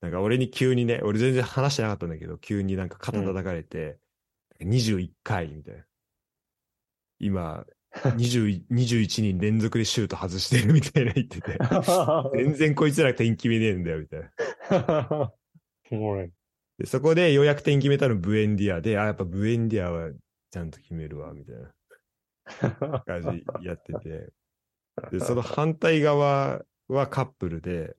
Speaker 3: なんか俺に急にね、俺全然話してなかったんだけど、急になんか肩叩かれて、21回みたいな。今、20 21人連続でシュート外してるみたいな言ってて、 全然こいつら点決めねえんだよ、みたいな。
Speaker 2: おもろい。
Speaker 3: で、そこでようやく点決めたのブエンディアで、あ、やっぱブエンディアはちゃんと決めるわ、みたいな感じやってて。で、その反対側はカップルで、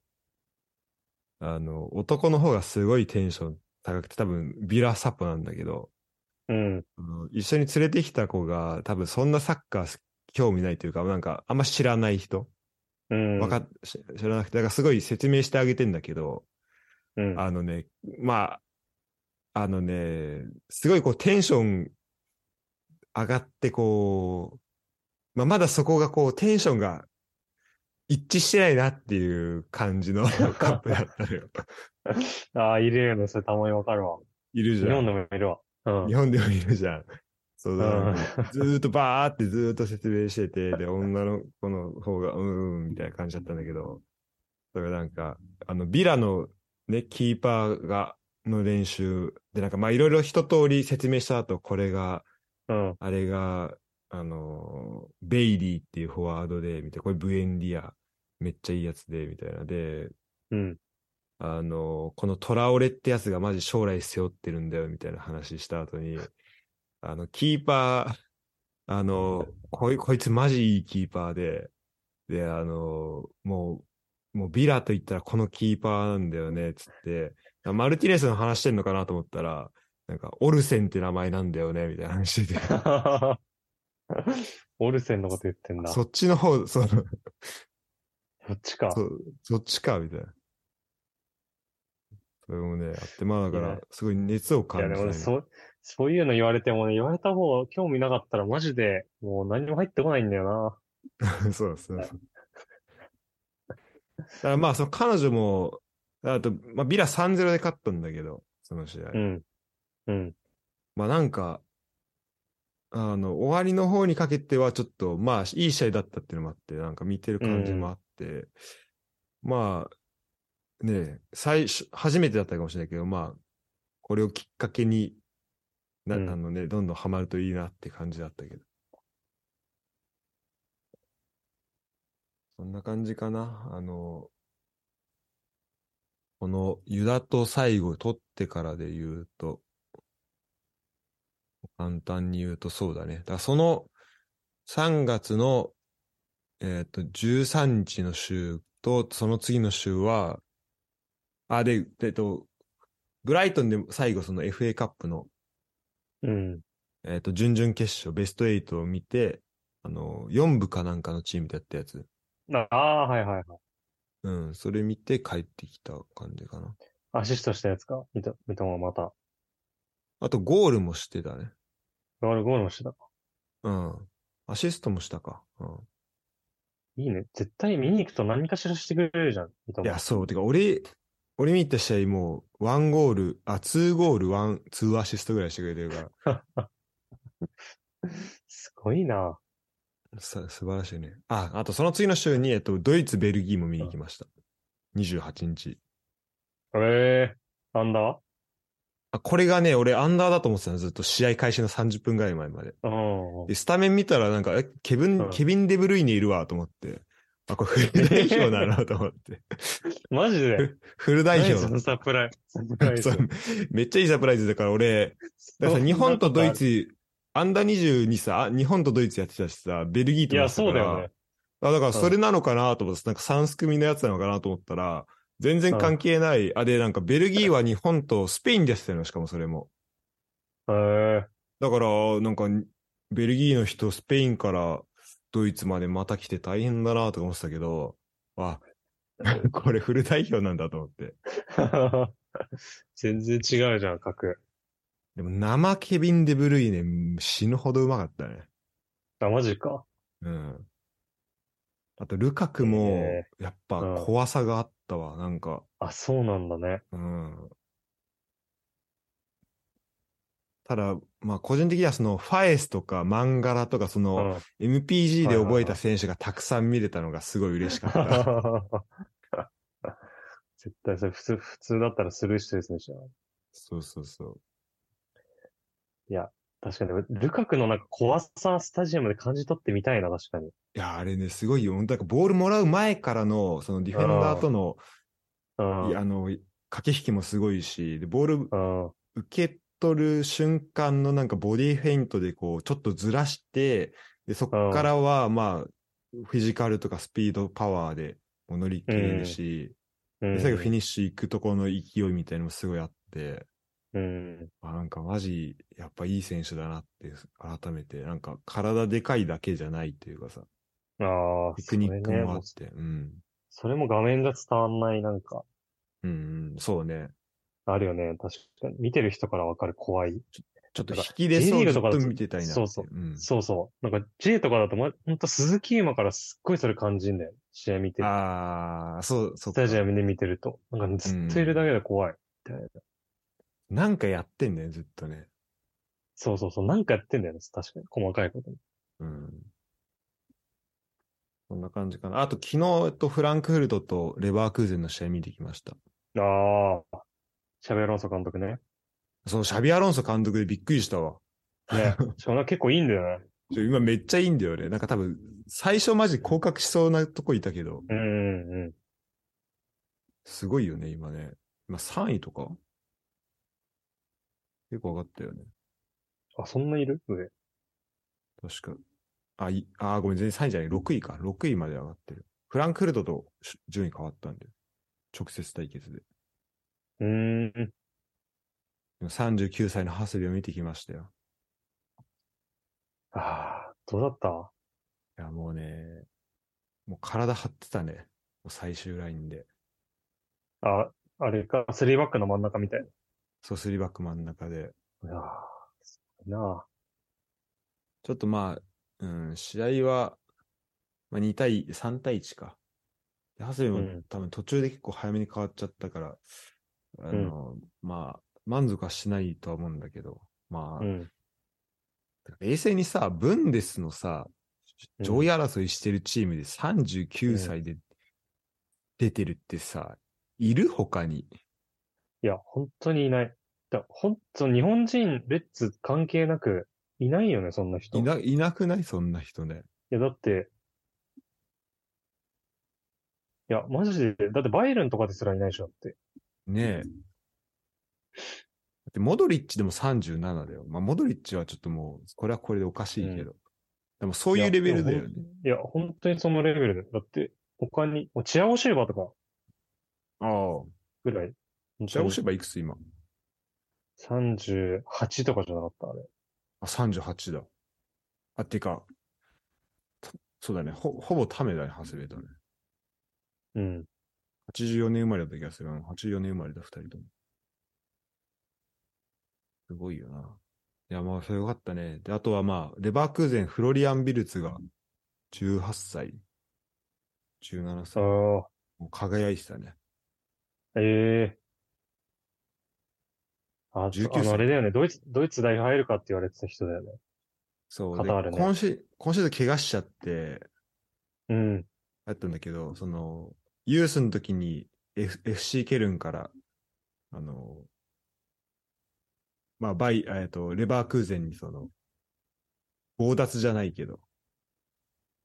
Speaker 3: あの、男の方がすごいテンション高くて、多分ビラサポなんだけど、
Speaker 2: うん。
Speaker 3: あの一緒に連れてきた子が多分そんなサッカー興味ないというか、なんかあんま知らない人、
Speaker 2: うん。
Speaker 3: わかっ知知らなくて、だからすごい説明してあげてんだけど、
Speaker 2: うん。
Speaker 3: あのね、まあ、あのね、すごいこうテンション上がってこう、まあ、まだそこがこうテンションが一致してないなっていう感じの カップだったのよ。
Speaker 2: ああ、いるよね。それたまにわかるわ。
Speaker 3: いるじ
Speaker 2: 日
Speaker 3: ゃ
Speaker 2: 本
Speaker 3: ん。
Speaker 2: でもいるわ。うん
Speaker 3: 日。本でもいるじゃん。そうだ、
Speaker 2: うん
Speaker 3: ずーっとバーってずーっと説明してて、で、女の子の方が、うん、うん、みたいな感じだったんだけど、それがなんか、あの、ビラのね、キーパーが、の練習で、なんか、まあ、いろいろ一通り説明した後、これが、
Speaker 2: うん。
Speaker 3: あれが、あのー、ベイリーっていうフォワードで、みたいな、これブエンディア、めっちゃいいやつで、みたいな。で、
Speaker 2: うん。
Speaker 3: あの、このトラオレってやつがマジ将来背負ってるんだよみたいな話した後に、あの、キーパー、あの、こい、こいつマジいいキーパーで、で、あの、もう、もうビラと言ったらこのキーパーなんだよね、つって、マルティネスの話してんのかなと思ったら、なんか、オルセンって名前なんだよね、みたいな話してて。
Speaker 2: オルセンのこと言ってんだ。
Speaker 3: そ
Speaker 2: そ
Speaker 3: っちの方、その、
Speaker 2: っちか。
Speaker 3: そそっちか、みたいな。それもね、あって、まあだか
Speaker 2: い
Speaker 3: ら
Speaker 2: や、
Speaker 3: すごい熱を
Speaker 2: い
Speaker 3: 感
Speaker 2: や、
Speaker 3: じ
Speaker 2: で
Speaker 3: た
Speaker 2: も
Speaker 3: ね、
Speaker 2: ね、そう、そういうの言われてもね、言われた方が興味なかったらマジで、もう何も入ってこないんだよ
Speaker 3: そうそうそう。だからまあ、その彼女も、あと、まあ、ビラ3-0で勝ったんだけど、その試合。
Speaker 2: な。うん。うん。
Speaker 3: まあなんか、あの、終わりの方にかけてはちょっと、まあ、いい試合だったっていうのもあって、なんか見てる感じもあっって、まあ、ねえ、最初、初めてだったかもしれないけど、まあ、これをきっかけに、な、
Speaker 2: うん
Speaker 3: あのね、どんどんハマるといいなって感じだったけど。そんな感じかな。あの、このユダと最後取ってからで言うと、簡単に言うとそうだね。だからその3月の、えっ、と、13日の週と、その次の週は、あ、で、えっと、ブライトンで最後その FA カップの、
Speaker 2: うん。
Speaker 3: えっと、準々決勝、ベスト8を見て、あの、4部かなんかのチームでやったやつ。
Speaker 2: ああー、はいはいはい。
Speaker 3: うん、それ見て帰ってきた感じかな。
Speaker 2: アシストしたやつか見た、見たもまた。
Speaker 3: あと、ゴールもしてたね。
Speaker 2: ゴールゴールもしてた。
Speaker 3: うん。アシストもしたか。うん。
Speaker 2: いいね。絶対見に行くと何かしらしてくれるじゃん。三笘
Speaker 3: いや、そう。てか、俺、俺見に行った試合もう、ワンゴール、あ、ツーゴール、ワン、ツーアシストぐらいしてくれてるから、
Speaker 2: すごいな。
Speaker 3: さ素晴ら しいね。あ、あとその次の週に、えっと、ドイツ、ベルギーも見に行きました。28日。
Speaker 2: ええー、なんだ
Speaker 3: あ、これがね、俺、アンダーだと思ってたの、ずっと試合開始の30分ぐらい前まで。
Speaker 2: うん。
Speaker 3: で、スタメン見たら、なんか、え、ケビン、
Speaker 2: うん
Speaker 3: ケビン・デブルイネいるわ、と思って。あ、これフル代表だな、と思 って。
Speaker 2: マジで。
Speaker 3: フル代
Speaker 2: 何
Speaker 3: 表
Speaker 2: そのサプライズ。サプライズ
Speaker 3: そうめっちゃいいサプライズだから俺、だからさ日本とドイ。ツ、アンダー22さ、あ日本とドイツやってたしさ、ベルギー
Speaker 2: い
Speaker 3: と
Speaker 2: や、
Speaker 3: も
Speaker 2: そうだよね。
Speaker 3: あだからそれなのかなと思って、なんか3組のやつなのかなと思ったら、全然関係ない。あ、で、なんかベルギーは日本とスペインでやってたの、しかもそれも。
Speaker 2: へえ
Speaker 3: だから、なんか、ベルギーの人、スペインからドイツまでまた来て大変だなとか思ってたけど、あ、 これフル代表なんだと思って。
Speaker 2: ー。 全然違うじゃん、格。
Speaker 3: でも生ケビン・デブルイネ死ぬほどうまかったね。
Speaker 2: あ、マジか。
Speaker 3: うん。あと、ルカクも
Speaker 2: え、
Speaker 3: やっぱ
Speaker 2: うん
Speaker 3: 怖さがあったわ、なんか。
Speaker 2: あ、そうなんだね。
Speaker 3: うん。ただ、まあ、個人的にはその、ファエスとか、マンガラとか、そうの、
Speaker 2: ん。
Speaker 3: MPG で
Speaker 2: はいはいは
Speaker 3: 覚
Speaker 2: い
Speaker 3: えた選手がたくさん見れたのがすごい嬉しかっ た。
Speaker 2: 絶対それ普通、普通だったらスルーしてる選手だな
Speaker 3: そうそうそう。
Speaker 2: 確かに、ルカクのなんか怖さスタジアムで感じ取ってみたいな、確かに。
Speaker 3: いや、あれね、すごいよ。なんか、ボールもらう前からの、その、ディフェンダーとの、
Speaker 2: うん。
Speaker 3: いやあの、駆け引きもすごいし、で、ボール
Speaker 2: うん。
Speaker 3: 受け取る瞬間のなんかボディフェイントでこうちょっとずらして、でそこからはまあフィジカルとかスピードパワーでもう乗り切れるし、
Speaker 2: うん
Speaker 3: で最後フィニッシュ行くところの勢いみたいのもすごいあって、
Speaker 2: うん。
Speaker 3: あなんかマジやっぱいい選手だなって改めて、なんか体でかいだけじゃないっていうかさ、
Speaker 2: ああ、
Speaker 3: テクニックもあっ
Speaker 2: それ,、ね、
Speaker 3: て、うん。
Speaker 2: それも画面が伝わんない、なんか、
Speaker 3: うんうん、そうね。
Speaker 2: あるよね。確かに。見てる人からわかる怖い。
Speaker 3: ちょっと引きでそう
Speaker 2: だ
Speaker 3: ず
Speaker 2: から
Speaker 3: っと
Speaker 2: J リーグとかだと
Speaker 3: 見てたいなってい
Speaker 2: そうそう
Speaker 3: うん
Speaker 2: そうそう。なんか J とかだと、ま、ほんと鈴木今からすっごいそれ感じんだよ。試合見てる。
Speaker 3: ああ、そう、そう
Speaker 2: ス
Speaker 3: か
Speaker 2: タジアムで見てると。なんかずっといるだけで怖い。
Speaker 3: なんかやってんだよ、ずっとね。
Speaker 2: そうそうそう。なんかやってんだよね。確かに。細かいことに。
Speaker 3: うん。そんな感じかな。あと、昨日、えっと、フランクフルトとレバークーゼンの試合見てきました。
Speaker 2: ああ。シャベアロンソ監 督ね。
Speaker 3: そのシャビアロンソ監督でびっくりしたわ。
Speaker 2: ね。しかもなんか結構いいんだよね。
Speaker 3: ちょ今めっちゃいいんだよね。なんか多分、最初マジ降格しそうなとこいたけど、
Speaker 2: うんうんうん。
Speaker 3: すごいよね、今ね。今3位とか結構上がったよね。
Speaker 2: あ、そんないる上。
Speaker 3: 確か。あ、いあー、ごめん、全然3位じゃない。6位か。6位まで上がってる。フランクフルトとし順位変わったんで。直接対決で。
Speaker 2: うーん。
Speaker 3: でも39歳の長谷部を見てきましたよ。
Speaker 2: ああ、どうだった
Speaker 3: いや、もうね、もう体張ってたね。もう最終ラインで。
Speaker 2: あ、あれか、スリーバックの真ん中みたい
Speaker 3: そう、スリーバック真ん中で。
Speaker 2: な。いやーすごいな
Speaker 3: ちょっとまあ、うん、試合は、まあ、2対、3対1か。で、ハセルも
Speaker 2: うん
Speaker 3: 多分途中で結構早めに変わっちゃったから、あの、まあ、満足はしないとは思うんだけど、まあ、
Speaker 2: うん。
Speaker 3: 冷静にさ、ブンデスのさ、上位争いしてるチームで39歳で出てるってさ、いる他に。
Speaker 2: いや、本当にいない。だ本当、日本人、レッツ関係なく、いないよね、そんな人。
Speaker 3: い
Speaker 2: い
Speaker 3: な、いなくないそんな人ね。
Speaker 2: や、だって、いや、マジで、だってバイエルンとかですらいないでしょ、だって。
Speaker 3: ねえ。だって、モドリッチでも37だよ。まあ、モドリッチはちょっともう、これはこれでおかしいけど。でも、そういうレベルだよね。
Speaker 2: いや、本当にそのレベルで。だって、他に、もうチアゴシルバーとか
Speaker 3: ああ。
Speaker 2: ぐらい。
Speaker 3: じゃあ、おしばいくつ今
Speaker 2: 本当に38とかじゃなかった、あれ。
Speaker 3: あ、38だ。あ、ってか、たそうだね。ほ、ほぼためだね、ハセベとね。
Speaker 2: うん。
Speaker 3: 84年生まれだった気がするな。84年生まれだ、二人とも。すごいよな。いや、まあ、それよかったね。で、あとはまあ、レバークーゼン、フロリアン・ビルツが18歳、17歳、も
Speaker 2: あ
Speaker 3: う輝いてたね。
Speaker 2: あ、ええあ、
Speaker 3: 19
Speaker 2: あ
Speaker 3: 歳
Speaker 2: の、あれだよね。ドイツ、ドイツ代表入るかって言われてた人だよね。
Speaker 3: そう。
Speaker 2: カ
Speaker 3: で
Speaker 2: タールね
Speaker 3: 今シー今シーズン怪我しちゃって、
Speaker 2: うん。
Speaker 3: あったんだけど、その、ユースの時に、F、FC ケルンから、あの、まあ、バイ、えっと、レバークーゼンにその、強奪じゃないけど、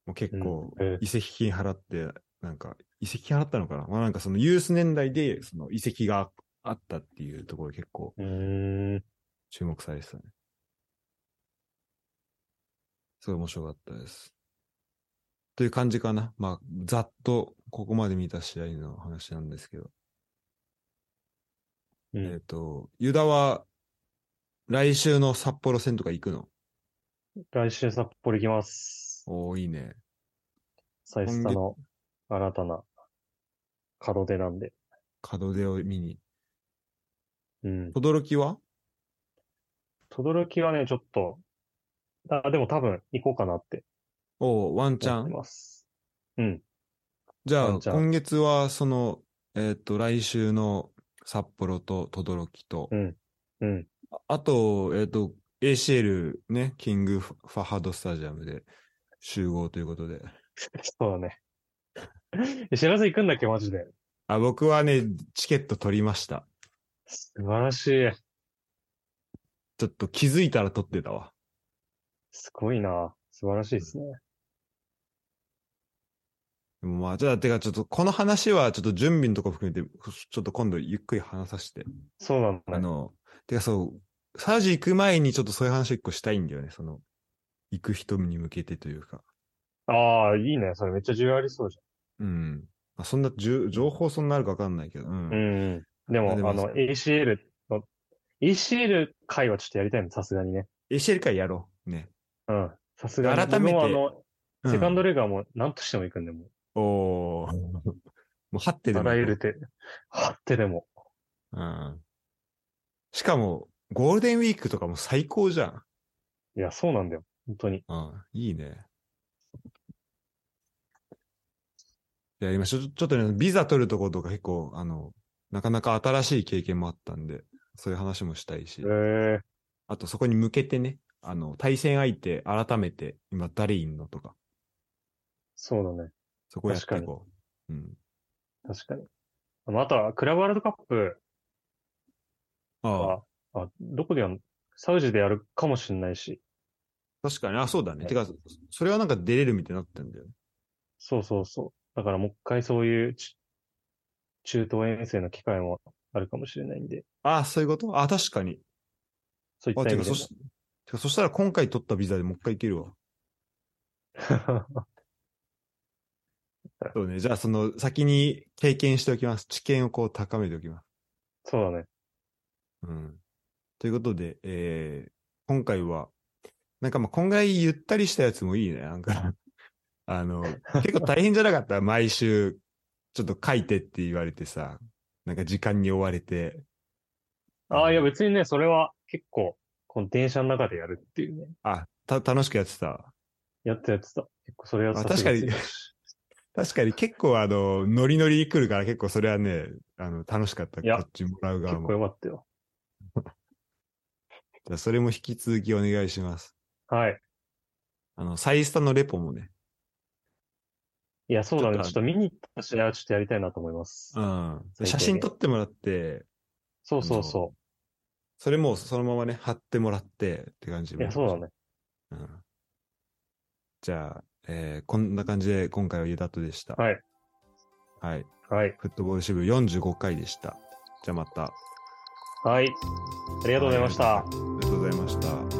Speaker 3: もう結構
Speaker 2: うんええ、
Speaker 3: 移籍金払って、なんか、移籍金払ったのかなまあなんかそのユース年代で、その移籍があったっていうところ結構
Speaker 2: うーん。
Speaker 3: 注目されてたね。すごい面白かったです。という感じかな。まあ、ざっとここまで見た試合の話なんですけど。
Speaker 2: う
Speaker 3: えっ、
Speaker 2: ん。
Speaker 3: と、ユダは来週の札幌戦とか行くの
Speaker 2: 来週札幌行きます。
Speaker 3: おおいいね。
Speaker 2: サイスタの新たな門出なんで。
Speaker 3: 門出を見に。
Speaker 2: うん。
Speaker 3: 轟は
Speaker 2: 轟はね、ちょっと、あ、でも多分行こうかなって
Speaker 3: おおワンチャ
Speaker 2: 思って
Speaker 3: ン。
Speaker 2: ます。うん。
Speaker 3: じゃ
Speaker 2: ワ
Speaker 3: あ、
Speaker 2: ンチャン
Speaker 3: 今月はその、えっ、と、来週の札幌と轟と、
Speaker 2: うん。
Speaker 3: あと、えっ、と、ACL ね、キングファハドスタジアムで集合ということで。
Speaker 2: そうだね。 え知らず行くんだっけ、マジで。
Speaker 3: あ、僕はね、チケット取りました。
Speaker 2: 素晴らしい。
Speaker 3: ちょっと気づいたら取ってたわ。
Speaker 2: すごいな。素晴らしいですね。
Speaker 3: でもまあ、じゃあ、てか、ちょっと、この話は、ちょっと準備のとこ含めて、ちょっと今度ゆっくり話させて。
Speaker 2: そうなんだ
Speaker 3: あ
Speaker 2: ね。
Speaker 3: の、てかそう、サウジ行く前にちょっとそういう話を一個したいんだよね。その、行く人に向けてというか。
Speaker 2: ああ、いいね。それめっちゃ重要ありそうじ
Speaker 3: うん。まあ、そんな、じゅ情報そんなあるかわかんないけど。うん。
Speaker 2: ゃん。うん。でも、
Speaker 3: あでも
Speaker 2: あの、ACL の、ACL 会はちょっとやりたいの、さすがにね。
Speaker 3: ACL 会やろう。ね。
Speaker 2: うん。さすがに。
Speaker 3: 改めて
Speaker 2: 僕もあの、
Speaker 3: うん
Speaker 2: セカンドレガーも何としても行くんで、も
Speaker 3: おー。もう、張って
Speaker 2: う。
Speaker 3: で
Speaker 2: あ
Speaker 3: も
Speaker 2: らゆ
Speaker 3: 行
Speaker 2: る手、はってでも。
Speaker 3: こう。うん。しかも、ゴールデンウィークとかも最高じゃん。
Speaker 2: いや、そうなんだよ。本当に。
Speaker 3: うん。いいね。やりましょう。ちょちょっとね、ビザ取るとことか結構、あの、なかなか新しい経験もあったんで、そういう話もしたいし
Speaker 2: ええ、ー、
Speaker 3: あとそこに向けてね、あの、対戦相手、改めて、今誰いんのとか、
Speaker 2: そうだね。
Speaker 3: そこやっていこう。うん。
Speaker 2: 確かに。あのあとは、クラブワールドカップ
Speaker 3: ああ、
Speaker 2: は、あ、どこでやるのサウジでやるかもしれないし。
Speaker 3: 確かに、あ、そうだね。
Speaker 2: ね
Speaker 3: てか、そそれはなんか出れるみたいになってんだよね。
Speaker 2: そうそうそう。だからもう一回そういうち中東遠征の機会もあるかもしれないんで、
Speaker 3: ああ、そういうことあ、確かに。
Speaker 2: そういっ
Speaker 3: あ、
Speaker 2: た
Speaker 3: て
Speaker 2: 意
Speaker 3: か
Speaker 2: 味
Speaker 3: そ
Speaker 2: で
Speaker 3: し、てかそしたら今回取ったビザでもう一回行けるわ。
Speaker 2: も。
Speaker 3: そうね。じゃあ、その、先に経験しておきます。知見をこう高めておきます。
Speaker 2: そうだね。
Speaker 3: うん。ということで、えー、今回は、なんかまあ、こんぐらいゆったりしたやつもいいね。なんか、 あの、結構大変じゃなかった 毎週、ちょっと書いてって言われてさ、なんか時間に追われて。
Speaker 2: ああ、いや
Speaker 3: べ。
Speaker 2: 別にね、それは結構、この電車の中でやるっていうね。
Speaker 3: あ、た、楽しくやってた。
Speaker 2: やってたやってた。結構それは
Speaker 3: あ
Speaker 2: さ
Speaker 3: 確
Speaker 2: すが
Speaker 3: かに
Speaker 2: 強いし
Speaker 3: 確かに結構あの、ノリノリ来るから結構それはね、あの、楽しかった。
Speaker 2: いや
Speaker 3: こっちもらう側
Speaker 2: 結
Speaker 3: も
Speaker 2: 構。良かったよ。
Speaker 3: じゃあそれも引き続きお願いします。
Speaker 2: はい。
Speaker 3: あの、サイスタのレポもね、
Speaker 2: いや、そうなんで、
Speaker 3: ち
Speaker 2: ち
Speaker 3: ょ
Speaker 2: ょ
Speaker 3: っ
Speaker 2: っ
Speaker 3: と
Speaker 2: と見に行った試合はちょっとやりたいなと思います。
Speaker 3: うん。
Speaker 2: 最高ね
Speaker 3: 写真撮ってもらって、
Speaker 2: そうそうそ
Speaker 3: それもそのままね、貼ってもらってって感じ
Speaker 2: う。いや、そうだね。
Speaker 3: うんじゃあ、えーこんな感じで今回はユダットでした。
Speaker 2: はい。
Speaker 3: はい。
Speaker 2: はい。
Speaker 3: フットボール支部45回でした。じゃあまた。あ
Speaker 2: はい。ありがとうございました。
Speaker 3: りがとうございました。